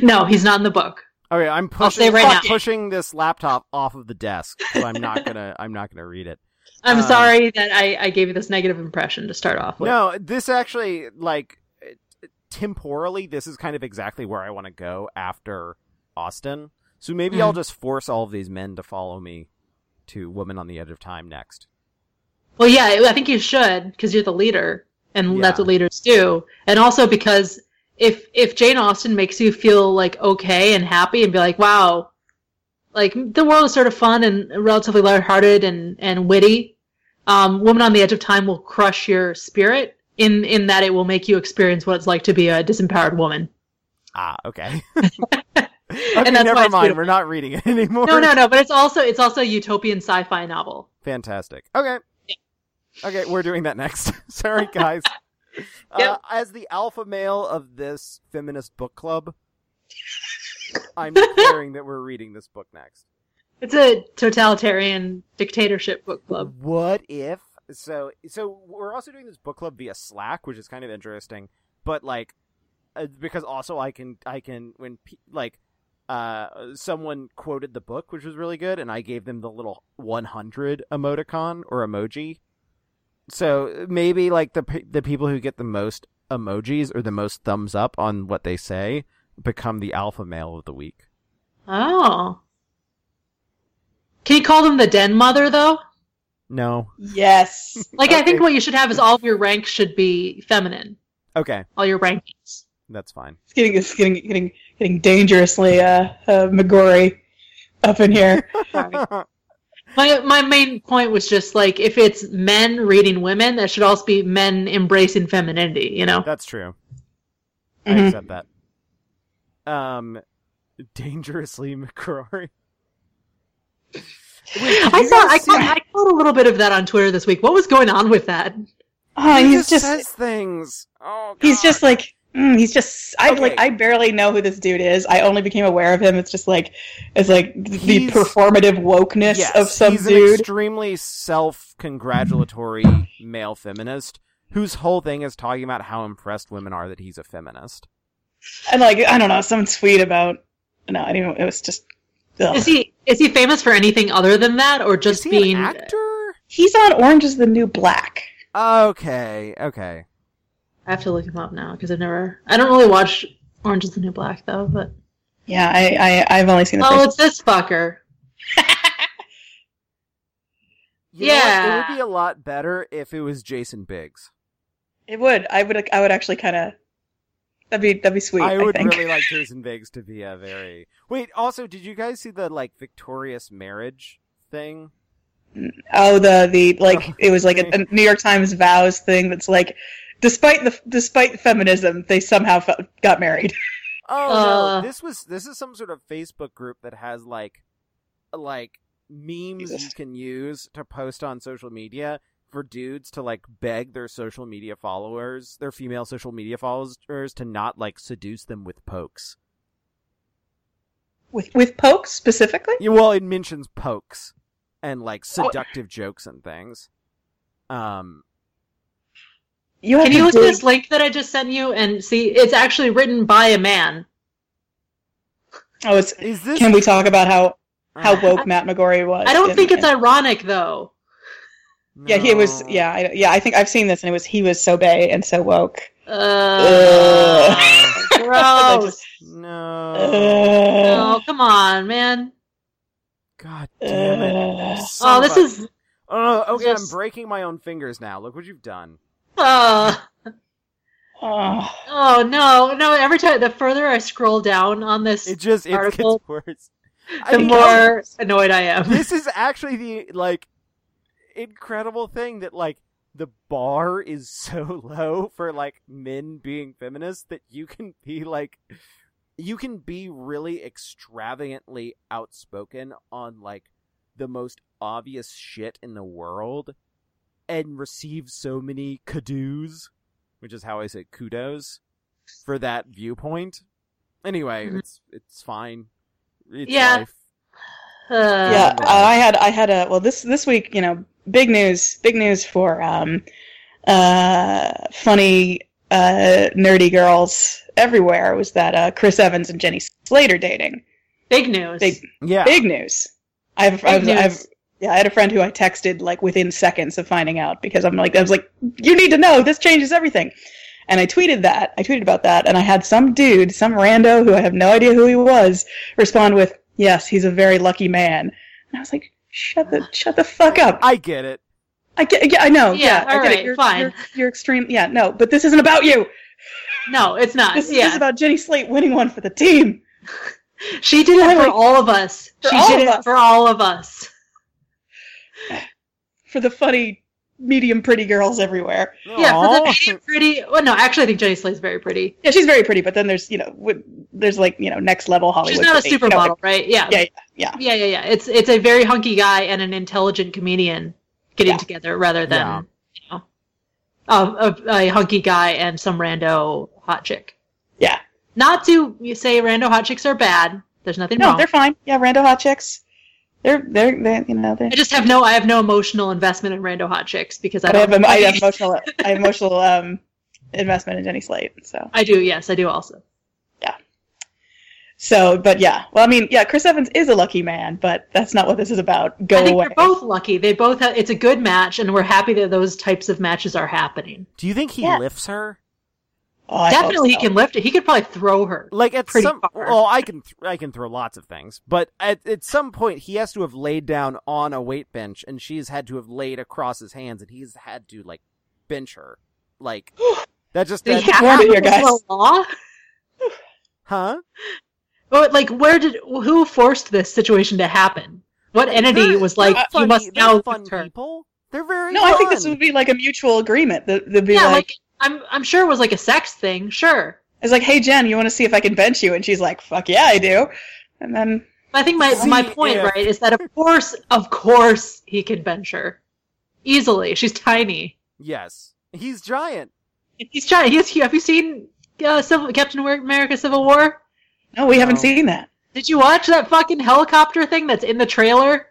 Speaker 3: No, he's not in the book.
Speaker 1: okay i'm pushing,
Speaker 3: say right
Speaker 1: I'm
Speaker 3: now.
Speaker 1: pushing this laptop off of the desk so i'm not gonna i'm not gonna read it
Speaker 3: I'm
Speaker 1: Um,
Speaker 3: sorry that I, I gave you this negative impression to start off with.
Speaker 1: No, this actually like it- it- temporally this is kind of exactly where I want to go after Austin. So maybe I'll just force all of these men to follow me to Woman on the Edge of Time next.
Speaker 3: Well, yeah, I think you should because you're the leader, and that's
Speaker 1: Yeah.
Speaker 3: what leaders do. And also because if if Jane Austen makes you feel like okay and happy and be like, "Wow," like the world is sort of fun and relatively lighthearted and and witty, um, Woman on the Edge of Time will crush your spirit in in that it will make you experience what it's like to be a disempowered woman.
Speaker 1: Ah, okay. okay
Speaker 3: And that's why
Speaker 1: never
Speaker 3: it's
Speaker 1: mind.
Speaker 3: beautiful.
Speaker 1: We're not reading it anymore.
Speaker 3: No, no, no. But it's also it's also a utopian sci-fi novel.
Speaker 1: Fantastic. Okay. Okay, we're doing that next. Sorry, guys. Uh,
Speaker 3: Yep.
Speaker 1: as the alpha male of this feminist book club, I'm declaring that we're reading this book next.
Speaker 3: It's a totalitarian dictatorship book club.
Speaker 1: What if? So, so we're also doing this book club via Slack, which is kind of interesting. But like, uh, because also I can, I can when pe- like, uh, someone quoted the book, which was really good, and I gave them the little 100 emoticon or emoji. So maybe like the pe- the people who get the most emojis or the most thumbs up on what they say become the alpha male of the week.
Speaker 3: Oh. Can you call them the den mother though?
Speaker 1: No.
Speaker 2: good. Yes.
Speaker 3: Like I think
Speaker 1: Okay.
Speaker 3: what you should have is all of your ranks should be feminine.
Speaker 1: Okay,
Speaker 3: All your rankings.
Speaker 1: that's fine.
Speaker 2: It's getting it's getting getting getting dangerously uh, uh Megori up in here.
Speaker 3: My my main point was just like if it's men reading women, that should also be men embracing femininity, you know?
Speaker 1: That's true. I
Speaker 2: Mhm.
Speaker 1: accept that. Um, dangerously McCrory.
Speaker 3: I saw I caught, I caught a little bit of that on Twitter this week. What was going on with that?
Speaker 2: Oh,
Speaker 1: he
Speaker 2: he's just
Speaker 1: says things. Oh,
Speaker 2: he's
Speaker 1: God.
Speaker 2: just like mm, he's just I like
Speaker 1: Okay.
Speaker 2: I barely know who this dude is. I only became aware of him. It's just like it's like the
Speaker 1: He's-
Speaker 2: performative wokeness
Speaker 1: yes,
Speaker 2: of some
Speaker 1: he's an
Speaker 2: dude.
Speaker 1: extremely self-congratulatory male feminist whose whole thing is talking about how impressed women are that he's a feminist.
Speaker 2: and like I don't know, some tweet about no, I didn't. It was just. ugh.
Speaker 3: Is he is he famous for anything other than that or
Speaker 1: is
Speaker 3: just
Speaker 1: he
Speaker 3: being
Speaker 2: uh,
Speaker 1: an actor?
Speaker 2: He's on Orange Is the New Black.
Speaker 1: Okay, okay.
Speaker 3: I have to look him up now because I've never I don't really watch Orange is the New Black though, but
Speaker 2: Yeah, I, I I've only seen the
Speaker 3: Oh,
Speaker 2: first.
Speaker 3: it's this fucker.
Speaker 1: You know what? it
Speaker 3: Yeah.
Speaker 1: would be a lot better if it was Jason Biggs.
Speaker 2: It would. I would. I would actually kind of. That'd be that'd be sweet. I,
Speaker 1: I would
Speaker 2: think.
Speaker 1: really like Jason Biggs to be a very. Wait, also, did you guys see the like victorious marriage thing?
Speaker 2: Oh, the the like
Speaker 1: Oh,
Speaker 2: it was like a,
Speaker 1: okay.
Speaker 2: a New York Times vows thing that's like, despite the despite feminism, they somehow fe- got married.
Speaker 1: Oh no,
Speaker 3: Uh.
Speaker 1: this was this is some sort of Facebook group that has like like memes you
Speaker 2: Jesus.
Speaker 1: can use to post on social media for dudes to like beg their social media followers, their female social media followers to not like seduce them with pokes.
Speaker 2: With with pokes specifically.
Speaker 1: Yeah, well, it mentions pokes and like seductive jokes and things. Um
Speaker 2: You have
Speaker 3: Can you
Speaker 2: to
Speaker 3: look at
Speaker 2: dig-
Speaker 3: this link that I just sent you and see? It's actually written by a man.
Speaker 2: Oh, it's.
Speaker 1: is this
Speaker 2: Can we talk about how how
Speaker 1: Ah,
Speaker 2: woke Matt McGorry was?
Speaker 3: I don't
Speaker 2: in-
Speaker 3: think it's
Speaker 2: in-
Speaker 3: ironic though.
Speaker 2: Yeah, he was.
Speaker 1: no.
Speaker 2: Yeah, I, yeah. I think I've seen this, and it was he was so bay and so woke.
Speaker 3: Uh,
Speaker 2: I
Speaker 3: gross.
Speaker 2: just-
Speaker 1: No.
Speaker 2: Uh,
Speaker 3: Oh, come on, man.
Speaker 1: God damn it.
Speaker 2: uh,
Speaker 1: Son
Speaker 3: Oh,
Speaker 1: of
Speaker 3: this
Speaker 1: a-
Speaker 3: is.
Speaker 1: Oh, okay, I'm
Speaker 3: Yes.
Speaker 1: breaking my own fingers now. Look what you've done.
Speaker 3: Uh,
Speaker 2: oh.
Speaker 3: oh no, no. Every time, the further I scroll down on this,
Speaker 1: It just it
Speaker 3: Article.
Speaker 1: gets worse. I
Speaker 3: the
Speaker 1: mean,
Speaker 3: more annoyed I am.
Speaker 1: this is actually the like incredible thing that like the bar is so low for like men being feminists that you can be like you can be really extravagantly outspoken on like the most obvious shit in the world and receive so many kudos which is how I say kudos for that viewpoint. Anyway,
Speaker 3: Mhm.
Speaker 1: it's it's fine. It's
Speaker 3: Yeah.
Speaker 1: life.
Speaker 3: Uh,
Speaker 2: yeah,
Speaker 1: Yeah.
Speaker 2: I had I had a well this this week you know big news big news for um uh funny uh nerdy girls everywhere was that uh Chris Evans and Jenny Slater dating
Speaker 3: Big news.
Speaker 2: Big-
Speaker 1: Yeah.
Speaker 2: big news I've
Speaker 3: Big
Speaker 2: I've, I've
Speaker 3: news.
Speaker 2: yeah I had a friend who I texted like within seconds of finding out because I'm like I was like you need to know this changes everything and I tweeted that I tweeted about that and I had some dude some rando who I have no idea who he was respond with yes he's a very lucky man and I was like shut the shut the fuck up
Speaker 1: I get it.
Speaker 2: I get, yeah, I know.
Speaker 3: Yeah,
Speaker 2: Yeah, I
Speaker 3: all
Speaker 2: get
Speaker 3: right,
Speaker 2: it. You're,
Speaker 3: fine.
Speaker 2: You're, you're extreme. Yeah, no, but this isn't about you.
Speaker 3: No, it's not.
Speaker 2: This
Speaker 3: yeah,
Speaker 2: is about Jenny Slate winning one for the team.
Speaker 3: she did it for
Speaker 2: Really?
Speaker 3: all of us.
Speaker 2: For
Speaker 3: she
Speaker 2: all
Speaker 3: did
Speaker 2: of
Speaker 3: it
Speaker 2: us.
Speaker 3: for all of us.
Speaker 2: For the funny, medium pretty girls everywhere.
Speaker 3: Yeah, for the
Speaker 1: Aw.
Speaker 3: pretty, pretty. Well, no, actually, I think Jenny Slate's very pretty.
Speaker 2: Yeah, she's very pretty, but then there's, you know, wi- there's like, you know, next level Hollywood.
Speaker 3: She's not a
Speaker 2: pretty, you know,
Speaker 3: supermodel, right? Yeah.
Speaker 2: Yeah, yeah,
Speaker 3: yeah, yeah, yeah. It's it's a very hunky guy and an intelligent comedian getting
Speaker 2: Yeah.
Speaker 3: together rather than
Speaker 1: Yeah.
Speaker 3: you know, um, a, a hunky guy and some rando hot chick.
Speaker 2: Yeah.
Speaker 3: Not to say rando hot chicks are bad. There's nothing
Speaker 2: No,
Speaker 3: wrong.
Speaker 2: they're fine. Yeah, rando hot chicks. They're, they're, they, you know, they're.
Speaker 3: I just have no. I have no emotional investment in rando hot chicks because I
Speaker 2: I
Speaker 3: don't.
Speaker 2: have, em- I have emotional, I have emotional um, investment in Jenny Slate. So.
Speaker 3: I do. Yes, I do also.
Speaker 2: So, but yeah. Well, I mean, yeah, Chris Evans is a lucky man, but that's not what this is about. Go
Speaker 3: I think
Speaker 2: away.
Speaker 3: they're both lucky. They both. Have, it's a good match, and we're happy that those types of matches are happening.
Speaker 1: Do you think he
Speaker 2: Yeah.
Speaker 1: lifts her?
Speaker 2: Oh, I hope
Speaker 3: Definitely,
Speaker 2: so.
Speaker 3: he can lift it. He could probably throw her.
Speaker 1: Like at
Speaker 3: Pretty
Speaker 1: some
Speaker 3: far.
Speaker 1: well, I can th- I can throw lots of things, but at at some point he has to have laid down on a weight bench, and she's had to have laid across his hands, and he's had to like bench her, like that just
Speaker 3: Did
Speaker 1: that,
Speaker 3: he have
Speaker 2: warning
Speaker 3: that
Speaker 2: here,
Speaker 3: was
Speaker 2: guys.
Speaker 3: the law?
Speaker 1: huh?
Speaker 3: But like, where did who forced this situation to happen? What entity
Speaker 1: They're-
Speaker 3: was like
Speaker 1: they're
Speaker 3: you
Speaker 1: funny-
Speaker 3: must
Speaker 1: they're
Speaker 3: now
Speaker 1: fun
Speaker 3: lift her?
Speaker 1: people. They're very
Speaker 2: No, I think this
Speaker 1: fun.
Speaker 2: would be like a mutual agreement. That would be
Speaker 3: Yeah,
Speaker 2: like,
Speaker 3: like, I'm I'm sure it was like a sex thing. Sure,
Speaker 2: it's like, hey Jen, you want to see if I can bench you? And she's like, fuck yeah, I do. And then
Speaker 3: But I think my
Speaker 1: See
Speaker 3: my point
Speaker 1: if-
Speaker 3: right is that of course, of course he can bench her easily. She's tiny.
Speaker 1: yes, he's giant.
Speaker 3: He's tiny. He's huge. Have you seen uh, Civil, Captain America: Civil War?
Speaker 2: no, we haven't
Speaker 1: No.
Speaker 2: seen that.
Speaker 3: Did you watch that fucking helicopter thing that's in the trailer?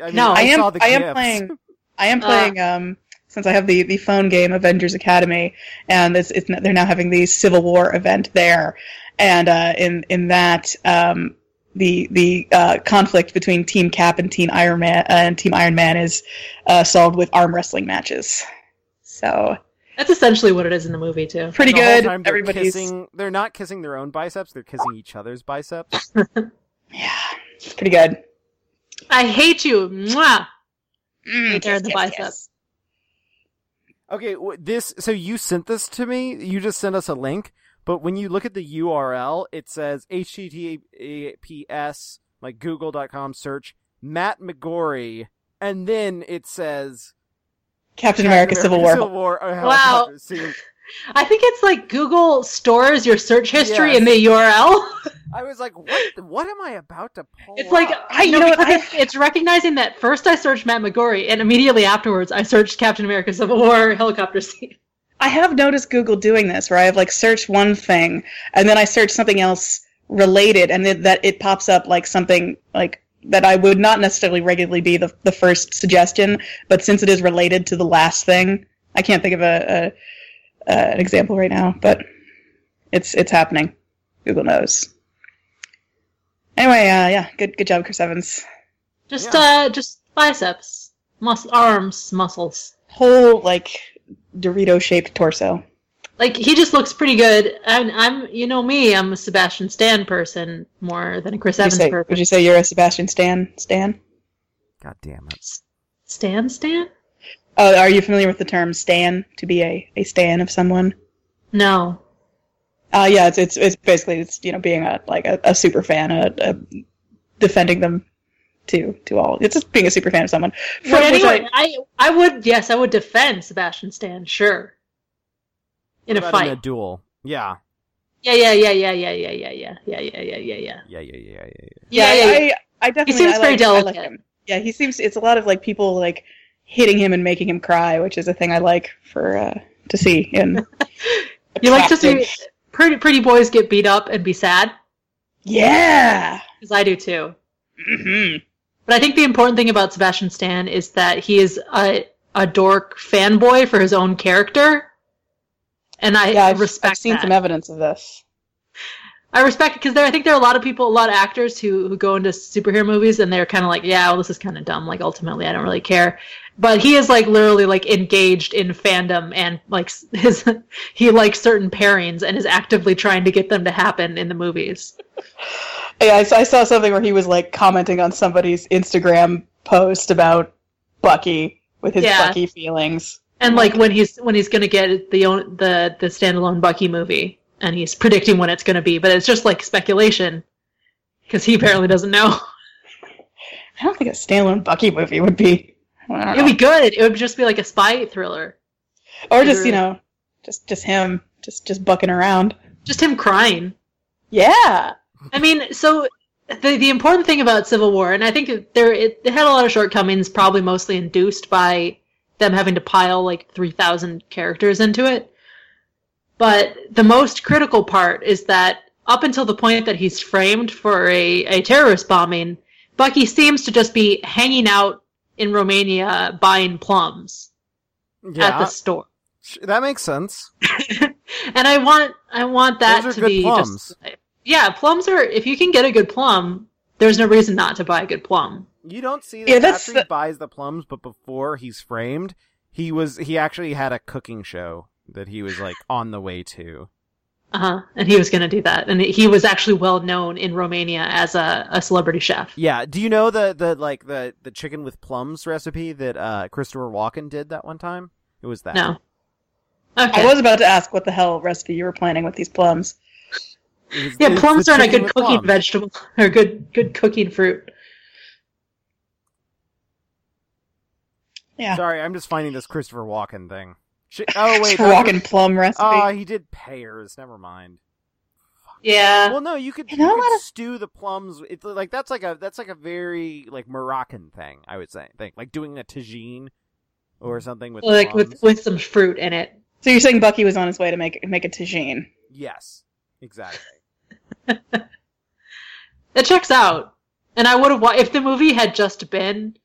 Speaker 1: I mean,
Speaker 3: No.
Speaker 1: I,
Speaker 2: I am.
Speaker 1: saw the
Speaker 2: I am
Speaker 1: gifs.
Speaker 2: playing. I am
Speaker 3: Uh.
Speaker 2: playing. um, since I have the the phone game Avengers Academy, and this it's they're now having the Civil War event there, and uh, in in that um, the the uh, conflict between Team Cap and Team Iron Man uh, and Team Iron Man is uh, solved with arm wrestling matches. So
Speaker 3: That's essentially what it is in the movie too.
Speaker 2: pretty
Speaker 1: The whole
Speaker 2: good.
Speaker 1: time they're
Speaker 2: Everybody's
Speaker 1: kissing- They're not kissing their own biceps; they're kissing each other's biceps.
Speaker 2: yeah, it's pretty good.
Speaker 3: I hate you. Mwah.
Speaker 4: Mm,
Speaker 3: Right there in the bicep.
Speaker 1: Okay, w- this so you sent this to me. You just sent us a link, but when you look at the URL, it says https like google.com search Matt McGorry, and then it says
Speaker 2: Captain America Civil War.
Speaker 1: Civil War. uh,
Speaker 3: Wow.
Speaker 1: helicopter scene.
Speaker 3: I think it's like Google stores your search history
Speaker 1: Yes. Oh,
Speaker 3: in the URL.
Speaker 1: I was like, what? What am I about to pull?
Speaker 3: It's like
Speaker 1: up?
Speaker 3: I
Speaker 2: you
Speaker 3: know,
Speaker 2: know what,
Speaker 3: because
Speaker 2: I-
Speaker 3: it's, it's recognizing that first I searched Matt McGorry, and immediately afterwards I searched Captain America: Civil War helicopter scene.
Speaker 2: I have noticed Google doing this, where I have like searched one thing and then I search something else related, and it, that it pops up like something like that I would not necessarily regularly be the the first suggestion, but since it is related to the last thing, I can't think of a, a uh, an example right now, but it's it's happening. Google knows. Anyway, uh, yeah, good good job, Chris Evans.
Speaker 3: Just
Speaker 1: Yeah.
Speaker 3: uh, just biceps, muscle, arms, muscles.
Speaker 2: Whole like Dorito shaped torso.
Speaker 3: Like he just looks pretty good. And I'm, you know me, I'm a Sebastian Stan person more than a Chris
Speaker 2: Would you,
Speaker 3: Evans
Speaker 2: say,
Speaker 3: person.
Speaker 2: would you say you're a Sebastian Stan? Stan?
Speaker 1: God damn it!
Speaker 3: Stan, Stan?
Speaker 2: Oh, are you familiar with the term stan? To be a, a stan of someone?
Speaker 3: No.
Speaker 2: Uh, yeah, it's, it's it's basically it's you know being a like a, a super fan, a, a defending them to to all. It's just being a super fan of someone. From
Speaker 3: But
Speaker 2: which
Speaker 3: anyway, I, I would yes, I would defend Sebastian Stan, sure. In
Speaker 1: What
Speaker 3: a
Speaker 1: about
Speaker 3: fight.
Speaker 1: in a duel. Yeah,
Speaker 3: Yeah, yeah, yeah, yeah, yeah, yeah, yeah, yeah, yeah, yeah, yeah, yeah, yeah.
Speaker 1: yeah, yeah, yeah, yeah. yeah.
Speaker 2: yeah,
Speaker 3: yeah, yeah,
Speaker 2: I, I definitely
Speaker 3: seems
Speaker 2: I
Speaker 3: very
Speaker 2: like, I like
Speaker 3: delicate.
Speaker 2: him. Yeah, he seems. It's a lot of like people like hitting him and making him cry, which is a thing I like for uh, to see. in
Speaker 3: You like to see
Speaker 2: attractive-
Speaker 3: pretty pretty boys get beat up and be sad?
Speaker 2: Yeah.
Speaker 3: Because I do too.
Speaker 2: hmm
Speaker 3: But I think the important thing about Sebastian Stan is that he is a, a dork fanboy for his own character. And I
Speaker 2: Yeah, I've,
Speaker 3: respect
Speaker 2: I've seen
Speaker 3: that.
Speaker 2: some evidence of this.
Speaker 3: I respect because there I think there are a lot of people, a lot of actors who who go into superhero movies and they're kind of like, yeah, well, this is kind of dumb. Like ultimately, I don't really care. But he is like literally like engaged in fandom and like s- his he likes certain pairings and is actively trying to get them to happen in the movies.
Speaker 2: Yeah, I, s- I saw something where he was like commenting on somebody's Instagram post about Bucky with his
Speaker 3: Yeah.
Speaker 2: Bucky feelings.
Speaker 3: And like when he's when he's gonna get the own the the standalone Bucky movie and he's predicting when it's gonna be, but it's just like speculation because he apparently doesn't know.
Speaker 2: I don't think a standalone Bucky movie would be, I don't
Speaker 3: It'd
Speaker 2: know.
Speaker 3: be good. It would just be like a spy thriller.
Speaker 2: or just you
Speaker 3: either-
Speaker 2: know, just just him, just just bucking around.
Speaker 3: Just him crying.
Speaker 2: Yeah,
Speaker 3: I mean, so the the important thing about Civil War, and I think there it, it had a lot of shortcomings, probably mostly induced by them having to pile like three thousand characters into it. But the most critical part is that up until the point that he's framed for a, a terrorist bombing, Bucky seems to just be hanging out in Romania buying plums at the
Speaker 1: Yeah,
Speaker 3: store.
Speaker 1: sh- that makes sense.
Speaker 3: And I want I want that
Speaker 1: Those are
Speaker 3: to
Speaker 1: good
Speaker 3: be
Speaker 1: plums.
Speaker 3: just yeah, plums are if you can get a good plum, there's no reason not to buy a good plum.
Speaker 1: You don't see that
Speaker 2: Yeah, that's
Speaker 1: after he
Speaker 2: the-
Speaker 1: buys the plums, but before he's framed, he was he actually had a cooking show that he was like on the way to.
Speaker 3: Uh-huh. And he was going to do that. And he was actually well known in Romania as a, a celebrity chef.
Speaker 1: Yeah. Do you know the the like the the chicken with plums recipe that uh Christopher Walken did that one time? It was that.
Speaker 3: No. Okay.
Speaker 2: I was about to ask what the hell recipe you were planning with these plums.
Speaker 1: It was-
Speaker 3: yeah,
Speaker 1: it's
Speaker 3: plums
Speaker 1: the
Speaker 3: aren't a
Speaker 1: chicken
Speaker 3: good
Speaker 1: with
Speaker 3: cooking
Speaker 1: plums.
Speaker 3: vegetable or good good cooking fruit.
Speaker 2: Yeah,
Speaker 1: Sorry, I'm just finding this Christopher Walken thing. Shi- oh wait,
Speaker 2: Walking
Speaker 1: that was-
Speaker 2: plum recipe.
Speaker 1: Ah, he did pears. Never mind.
Speaker 3: Yeah.
Speaker 1: Well, no, you could,
Speaker 2: You
Speaker 1: you
Speaker 2: know
Speaker 1: could
Speaker 2: what?
Speaker 1: stew the plums. It's like that's like a that's like a very like Moroccan thing. I would say, think like doing a tagine or something with
Speaker 3: Like
Speaker 1: plums.
Speaker 3: with with some fruit in it.
Speaker 2: so you're saying Bucky was on his way to make make a tagine?
Speaker 1: Yes, exactly.
Speaker 3: It checks out. And I would have wa- if the movie had just been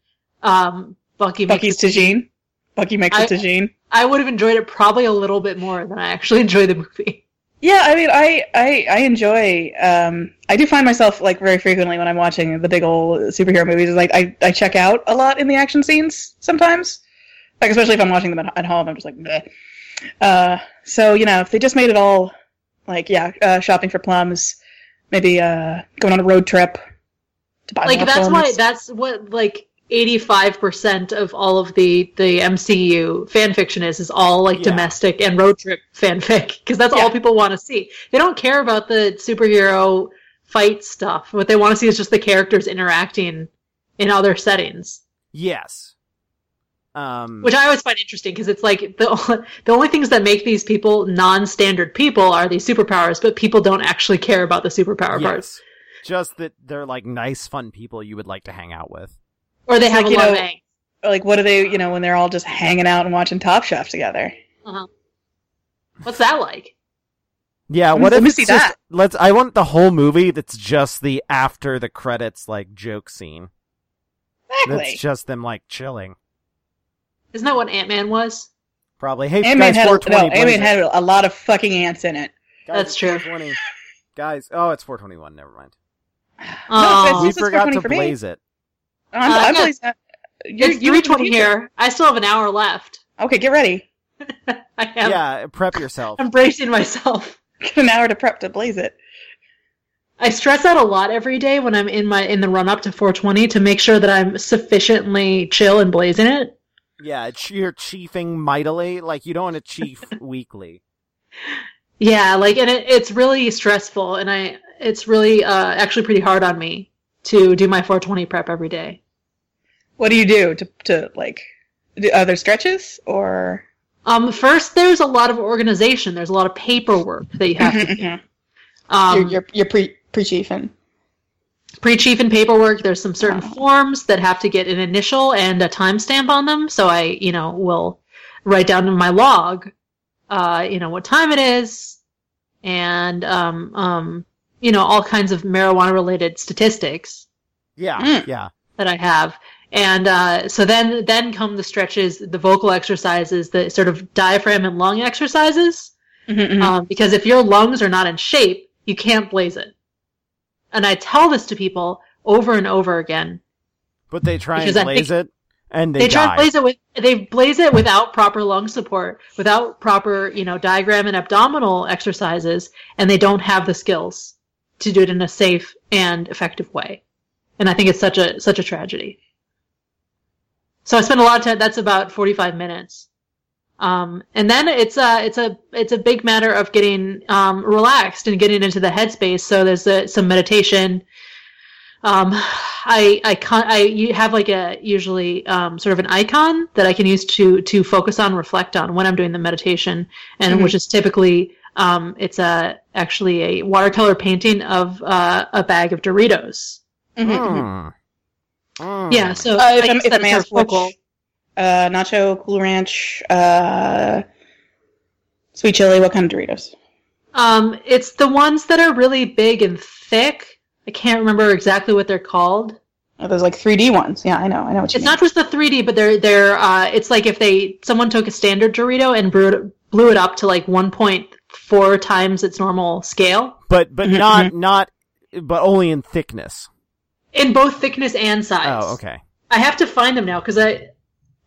Speaker 3: um Bucky makes
Speaker 2: Bucky's tagine. Bucky makes a
Speaker 3: I-
Speaker 2: tagine.
Speaker 3: I would have enjoyed it probably a little bit more than I actually enjoy the movie.
Speaker 2: Yeah, I mean, I I, I enjoy. Um, I do find myself like very frequently when I'm watching the big old superhero movies. Is like I, I check out a lot in the action scenes sometimes, like especially if I'm watching them at, at home. I'm just like, Bleh. uh, so you know, if they just made it all like yeah, uh, shopping for plums, maybe uh, going on a road trip, to buy
Speaker 3: like
Speaker 2: more
Speaker 3: that's why
Speaker 2: films.
Speaker 3: that's what like 85% of all of the the MCU fan fiction is is all like
Speaker 1: Yeah.
Speaker 3: domestic and road trip fanfic because that's all
Speaker 2: Yeah.
Speaker 3: people want to see. They don't care about the superhero fight stuff. What they want to see is just the characters interacting in other settings,
Speaker 1: Yes. Um,
Speaker 3: which I always find interesting because it's like the o- the only things that make these people non-standard people are these superpowers, but people don't actually care about the superpower parts
Speaker 1: yes. Just that they're like nice, fun people you would like to hang out with.
Speaker 3: or they
Speaker 2: It's
Speaker 3: have
Speaker 2: like,
Speaker 3: a
Speaker 2: you
Speaker 3: lot of
Speaker 2: know-
Speaker 3: angst.
Speaker 2: Or, like what do they you know when they're all just hanging out and watching Top Chef together?
Speaker 3: What's that like?
Speaker 1: Yeah,
Speaker 2: Let me-
Speaker 1: what
Speaker 2: Mm, let
Speaker 1: if
Speaker 2: me
Speaker 1: it's
Speaker 2: see
Speaker 1: just-
Speaker 2: that.
Speaker 1: Let's. I want the whole movie that's just the after the credits like joke scene.
Speaker 2: Exactly.
Speaker 1: That's just them like chilling.
Speaker 3: Isn't that what Ant Man was?
Speaker 1: Probably. Hey,
Speaker 2: Ant-Man
Speaker 1: guys,
Speaker 2: had, a,
Speaker 1: 420.
Speaker 2: no, Ant-Man
Speaker 1: blaze it.
Speaker 2: had a lot of fucking ants in it.
Speaker 1: Guys,
Speaker 3: That's
Speaker 1: it's
Speaker 3: true.
Speaker 1: 420. Guys, oh, it's 421. Never mind.
Speaker 2: No,
Speaker 3: Oh.
Speaker 1: we
Speaker 2: This is
Speaker 1: forgot
Speaker 2: 420
Speaker 1: to
Speaker 2: for me.
Speaker 1: blaze it.
Speaker 2: I'm,
Speaker 3: Uh,
Speaker 2: I'm
Speaker 3: no.
Speaker 2: really not- you're-
Speaker 3: It's
Speaker 2: you were
Speaker 3: three twenty
Speaker 2: confused.
Speaker 3: here. I still have an hour left.
Speaker 2: Okay, get ready.
Speaker 3: I am.
Speaker 1: Yeah, prep yourself.
Speaker 3: I'm bracing myself.
Speaker 2: Get an hour to prep to blaze it.
Speaker 3: I stress out a lot every day when I'm in my in the run up to 420 to make sure that I'm sufficiently chill and blazing it.
Speaker 1: Yeah, it's- you're chiefing mightily. Like you don't want to chief weekly.
Speaker 3: Yeah, like and it, it's really stressful, and I it's really uh, actually pretty hard on me to do my 420 prep every day.
Speaker 2: What do you do to to like? Do, are there stretches or?
Speaker 3: Um, first, there's a lot of organization. There's a lot of paperwork that you have to.
Speaker 2: Mhm, mhm.
Speaker 3: Um,
Speaker 2: you're you're, you're pre pre chiefing.
Speaker 3: pre-chief and paperwork there's some certain
Speaker 2: Oh.
Speaker 3: forms that have to get an initial and a timestamp on them so i you know will write down in my log uh you know what time it is and um um you know all kinds of marijuana related statistics
Speaker 1: Yeah,
Speaker 2: Mm.
Speaker 1: yeah.
Speaker 3: that i have and uh so then then come the stretches the vocal exercises the sort of diaphragm and lung exercises
Speaker 2: Mm-hmm,
Speaker 3: um, because if your lungs are not in shape, you can't blaze it. And I tell this to people over and over again.
Speaker 1: But they try
Speaker 3: Because
Speaker 1: and
Speaker 3: I
Speaker 1: blaze it, and they,
Speaker 3: They, try
Speaker 1: die.
Speaker 3: to blaze it with they blaze it without proper lung support, without proper you know diagram and abdominal exercises, and they don't have the skills to do it in a safe and effective way. And I think it's such a such a tragedy. So I spent a lot of time. That's about forty five minutes. Um, and then it's a it's a it's a big matter of getting um, relaxed and getting into the headspace. So there's a, some meditation. Um, I I can I you have like a usually um, sort of an icon that I can use to to focus on, reflect on when I'm doing the meditation, and
Speaker 2: Mhm.
Speaker 3: which is typically um, it's a actually a watercolor painting of uh, a bag of Doritos. mm-hmm.
Speaker 2: Mhm,
Speaker 1: Mm.
Speaker 2: mhm.
Speaker 1: Mm.
Speaker 3: Yeah, so
Speaker 2: Uh, if
Speaker 3: I
Speaker 2: I'm-
Speaker 3: guess
Speaker 2: if
Speaker 3: that's
Speaker 2: I'm
Speaker 3: her
Speaker 2: asked which-
Speaker 3: focal.
Speaker 2: Uh, nacho, Cool Ranch, uh, sweet chili. What kind of Doritos?
Speaker 3: Um, it's the ones that are really big and thick. I can't remember exactly what they're called.
Speaker 2: Oh, those like 3D ones. Yeah, I know. I know what you
Speaker 3: It's
Speaker 2: mean.
Speaker 3: not just the 3D, but they're they're. Uh, it's like if they someone took a standard Dorito and brewed, it- blew it up to like 1.4 times its normal scale
Speaker 1: But but
Speaker 2: Mhm,
Speaker 3: Mm-hmm.
Speaker 1: not not but only in thickness.
Speaker 3: in both thickness and size.
Speaker 1: Oh, okay.
Speaker 3: I have to find them now because I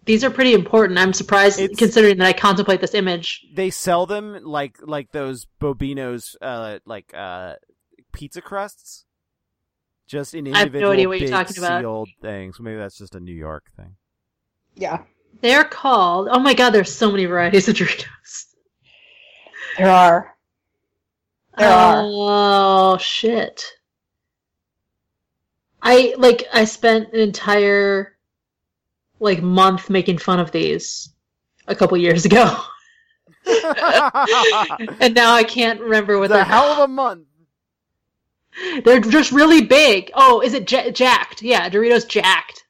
Speaker 3: these are pretty important. I'm surprised
Speaker 1: It's-
Speaker 3: considering that I contemplate this image.
Speaker 1: They sell them like like those Bobinos uh like uh pizza crusts. Just in
Speaker 3: I have
Speaker 1: individual
Speaker 3: no idea what
Speaker 1: big
Speaker 3: you're talking about.
Speaker 1: sealed things. Maybe that's just a New York thing.
Speaker 2: yeah,
Speaker 3: They're called. Oh my god, there's so many varieties of Doritos.
Speaker 2: there are. There
Speaker 3: Uh,
Speaker 2: are.
Speaker 3: Oh shit. I like I spent an entire like month making fun of these a couple years ago.
Speaker 1: it's
Speaker 3: and now I can't remember what
Speaker 1: a
Speaker 3: they're
Speaker 1: hell of a month.
Speaker 3: They're just really big. Oh, is it ja- jacked? Yeah, Doritos jacked.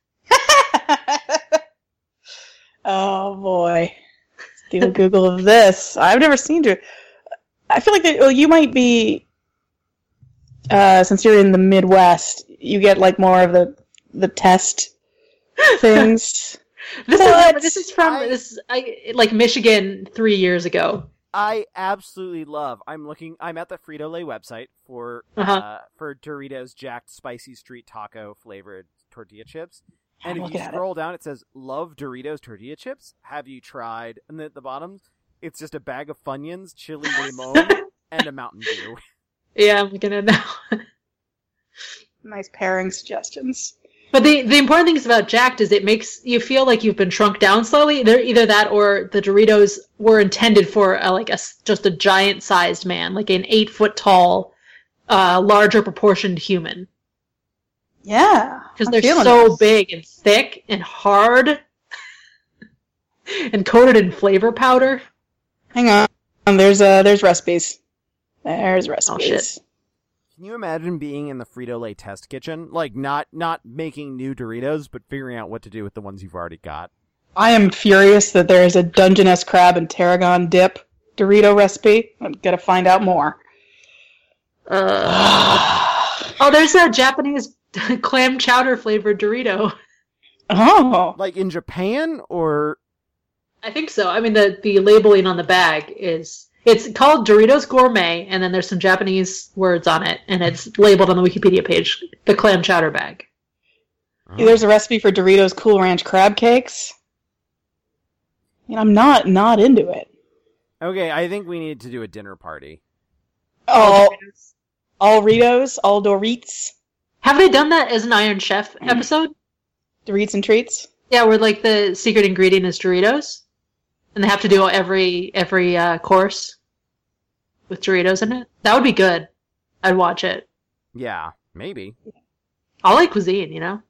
Speaker 2: oh boy, Let's do a Google of this. I've never seen it. I feel like that. Well, you might be, uh, since you're in the Midwest, you get like more of the the test things.
Speaker 3: This
Speaker 2: What?
Speaker 3: is this is from
Speaker 1: I-
Speaker 3: this is, I, like Michigan 3 years ago.
Speaker 1: I absolutely love. I'm looking. I'm at the Frito Lay website for uh
Speaker 3: Uh-huh.
Speaker 1: for Doritos Jacked Spicy Street Taco flavored tortilla chips. And
Speaker 2: I'm
Speaker 1: if you
Speaker 2: looking at it.
Speaker 1: scroll down, it says "Love Doritos tortilla chips." Have you tried? And then at the bottom, it's just a bag of Funyuns, chili limon, and a Mountain Dew.
Speaker 3: Yeah, I'm looking at it now.
Speaker 2: Nice pairing suggestions.
Speaker 3: But the, the important thing is about Jacked is it makes you feel like you've been shrunk down slowly. They're either that or the Doritos were intended for uh like a s just a giant sized man, like an eight foot tall, uh, larger proportioned human,
Speaker 2: Yeah.
Speaker 3: because
Speaker 2: I'm
Speaker 3: they're
Speaker 2: feeling
Speaker 3: so
Speaker 2: this.
Speaker 3: big and thick and hard, and coated in flavor powder.
Speaker 2: Hang on. Um, There's uh there's recipes. There's
Speaker 3: Oh,
Speaker 2: recipes.
Speaker 1: Can you imagine being in the Frito Lay test kitchen, like not not making new Doritos, but figuring out what to do with the ones you've already got?
Speaker 2: I am furious that there is a Dungeness crab and tarragon dip Dorito recipe. I'm gonna find out more.
Speaker 3: Uh, oh, there's a Japanese clam chowder flavored Dorito.
Speaker 2: Oh,
Speaker 1: Like in Japan, or
Speaker 3: I think so. I mean, the the labeling on the bag is it's called Doritos Gourmet, and then there's some Japanese words on it, and it's labeled on the Wikipedia page the clam chowder bag.
Speaker 2: there's a recipe for Doritos Cool Ranch crab cakes. And I'm not not into it.
Speaker 1: okay, I think we need to do a dinner party.
Speaker 2: All
Speaker 3: Oh.
Speaker 2: all Doritos, all Doritos,
Speaker 3: Have they done that as an Iron Chef episode?
Speaker 2: Doritos and treats.
Speaker 3: Yeah, where like the secret ingredient is Doritos, and they have to do every every uh, course with Doritos in it. That would be good. I'd watch it.
Speaker 1: Yeah, maybe.
Speaker 3: I like cuisine, you know.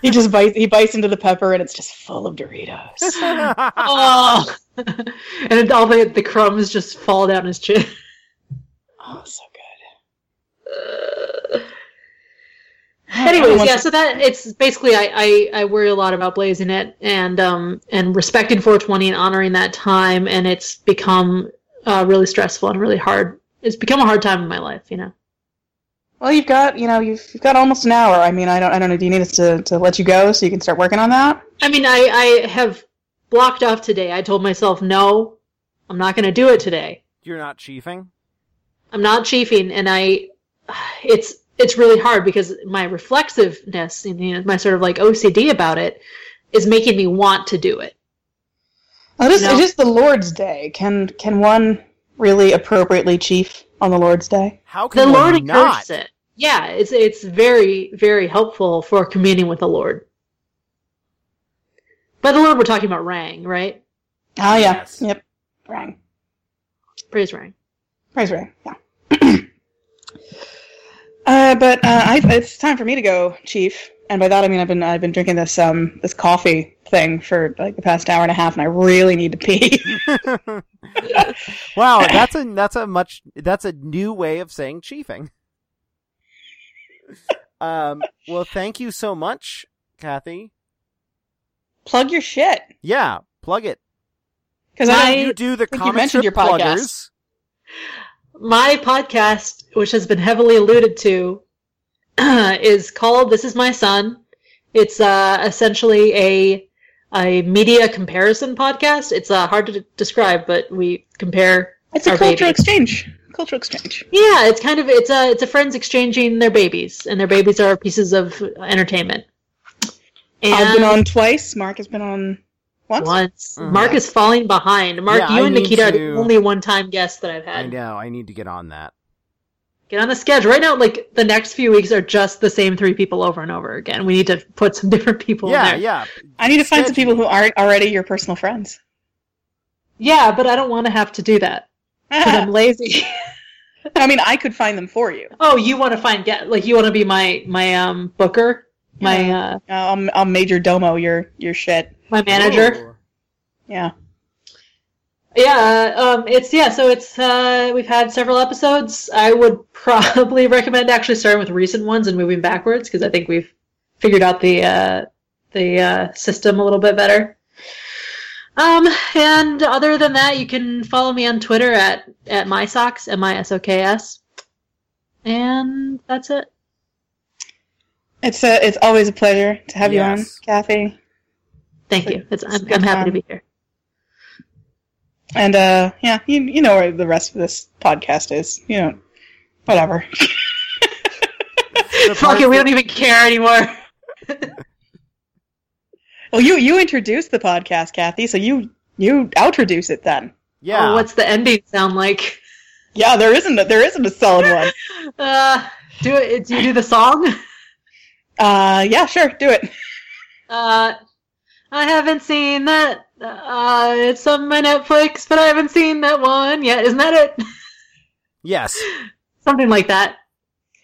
Speaker 2: He just bites he bites into the pepper and it's just full of Doritos.
Speaker 3: Oh, and it- all the the crumbs just fall down his chin.
Speaker 2: Oh, so good.
Speaker 3: Anyways,
Speaker 2: Everyone's-
Speaker 3: yeah, so that it's basically I, I, I worry a lot about blazing it and um and respecting 420 and honoring that time and it's become uh, really stressful and really hard. It's become a hard time in my life, you know.
Speaker 2: Well, you've got you know you've, you've got almost an hour. I mean, I don't I don't know. Do you need us to, to let you go so you can start working on that?
Speaker 3: I mean, I I have blocked off today. I told myself no, I'm not going to do it today.
Speaker 1: You're not chiefing?
Speaker 3: I'm not chiefing, and I it's it's really hard because my reflexiveness and you know, my sort of like OCD about it is making me want to do it.
Speaker 2: Well, it, is,
Speaker 3: No.
Speaker 2: it is the Lord's Day. Can can one really appropriately chief on the Lord's Day?
Speaker 1: How can
Speaker 3: the
Speaker 1: you
Speaker 3: Lord
Speaker 1: not?
Speaker 3: encourages it. Yeah, it's it's very very helpful for communing with the Lord. By the Lord, we're talking about Rang, right?
Speaker 2: Oh yeah.
Speaker 1: Yes.
Speaker 2: Yep. Rang.
Speaker 3: Praise Rang.
Speaker 2: Praise Rang. Yeah. uh, but uh, I, it's time for me to go, Chief. And by that I mean I've been I've been drinking this um this coffee thing for like the past hour and a half, and I really need to pee.
Speaker 1: wow, that's a that's a much that's a new way of saying chiefing. Um, well, thank you so much, Kathy.
Speaker 2: Plug your shit.
Speaker 1: Yeah, plug it.
Speaker 2: Because
Speaker 3: My-
Speaker 2: I
Speaker 1: You do the
Speaker 2: think you
Speaker 1: comic
Speaker 2: mentioned
Speaker 1: strip
Speaker 2: your podcast.
Speaker 1: pluggers.
Speaker 3: My podcast, which has been heavily alluded to, is called "This Is My Son." It's uh, essentially a a media comparison podcast. It's uh, hard to de- describe, but we compare.
Speaker 2: it's a
Speaker 3: our
Speaker 2: cultural
Speaker 3: babies.
Speaker 2: exchange. Cultural exchange.
Speaker 3: Yeah, it's kind of it's a it's a friends exchanging their babies, and their babies are pieces of entertainment. And
Speaker 2: I've been on twice. Mark has been on once.
Speaker 3: once.
Speaker 1: Mhm.
Speaker 3: Mark is falling behind. Mark,
Speaker 1: Yeah,
Speaker 3: you
Speaker 1: I
Speaker 3: and
Speaker 1: need
Speaker 3: Nikita are
Speaker 1: to-
Speaker 3: the only one time guests that I've
Speaker 1: I
Speaker 3: had.
Speaker 1: know. I need to get on that.
Speaker 3: Get on the schedule right now. Like the next few weeks are just the same three people over and over again. We need to put some different people. in
Speaker 1: yeah,
Speaker 3: there.
Speaker 1: yeah.
Speaker 2: I need to find some
Speaker 1: Schedule.
Speaker 2: people who aren't already your personal friends.
Speaker 3: yeah. But I don't want to have to do that because I'm
Speaker 2: I
Speaker 3: lazy.
Speaker 2: mean, I could find them for you.
Speaker 3: oh, you want to find get like you want to be my my um booker, my uh
Speaker 2: Uh, I'll, I'll major domo your your shit.
Speaker 3: my manager.
Speaker 1: Ooh.
Speaker 2: Yeah.
Speaker 3: Yeah, um, it's yeah. So it's uh, we've had several episodes. I would probably recommend actually starting with recent ones and moving backwards because I think we've figured out the uh, the uh, system a little bit better. Um, and other than that, you can follow me on Twitter at at mysocks m i s o k s, and that's it.
Speaker 2: It's a, it's always a pleasure to have you on,
Speaker 1: Yes.
Speaker 2: Kathy.
Speaker 3: Thank you. It's, I'm,
Speaker 2: good
Speaker 3: I'm happy to
Speaker 2: time.
Speaker 3: be here.
Speaker 2: And uh, yeah, you you know where the rest of this podcast is. You know, whatever.
Speaker 1: The part
Speaker 3: Fuck it, we
Speaker 1: that-
Speaker 3: don't even care anymore.
Speaker 2: Well, you you introduced the podcast, Kathy, so you you outroduce it then.
Speaker 1: Yeah.
Speaker 3: Oh, what's the ending sound like?
Speaker 2: Yeah, there isn't a, there isn't a solid one.
Speaker 3: Uh, do it. Do you do the song?
Speaker 2: Uh, yeah, sure, do it.
Speaker 3: Uh, I haven't seen that. Uh, it's on my Netflix, but I haven't seen that one yet. Isn't that it?
Speaker 1: Yes.
Speaker 3: Something like that.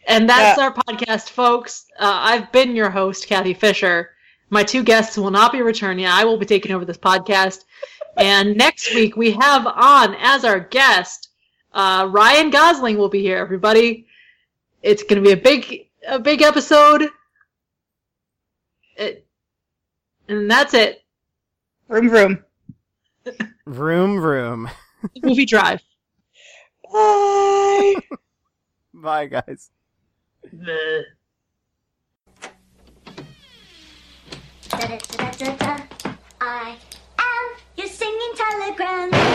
Speaker 3: And that's our podcast, folks. Uh, I've been your host, Kathy Fisher. My two guests will not be returning. I will be taking over this podcast. and next week, we have on as our guest uh, Ryan Gosling will be here, everybody. It's going to be a big, a big episode. It, and that's it.
Speaker 2: Room, room.
Speaker 1: Room, room.
Speaker 3: Movie Drive.
Speaker 2: Bye.
Speaker 1: Bye, guys.
Speaker 3: Bleh.
Speaker 5: Da-da-da-da-da-da. I am your singing telegram.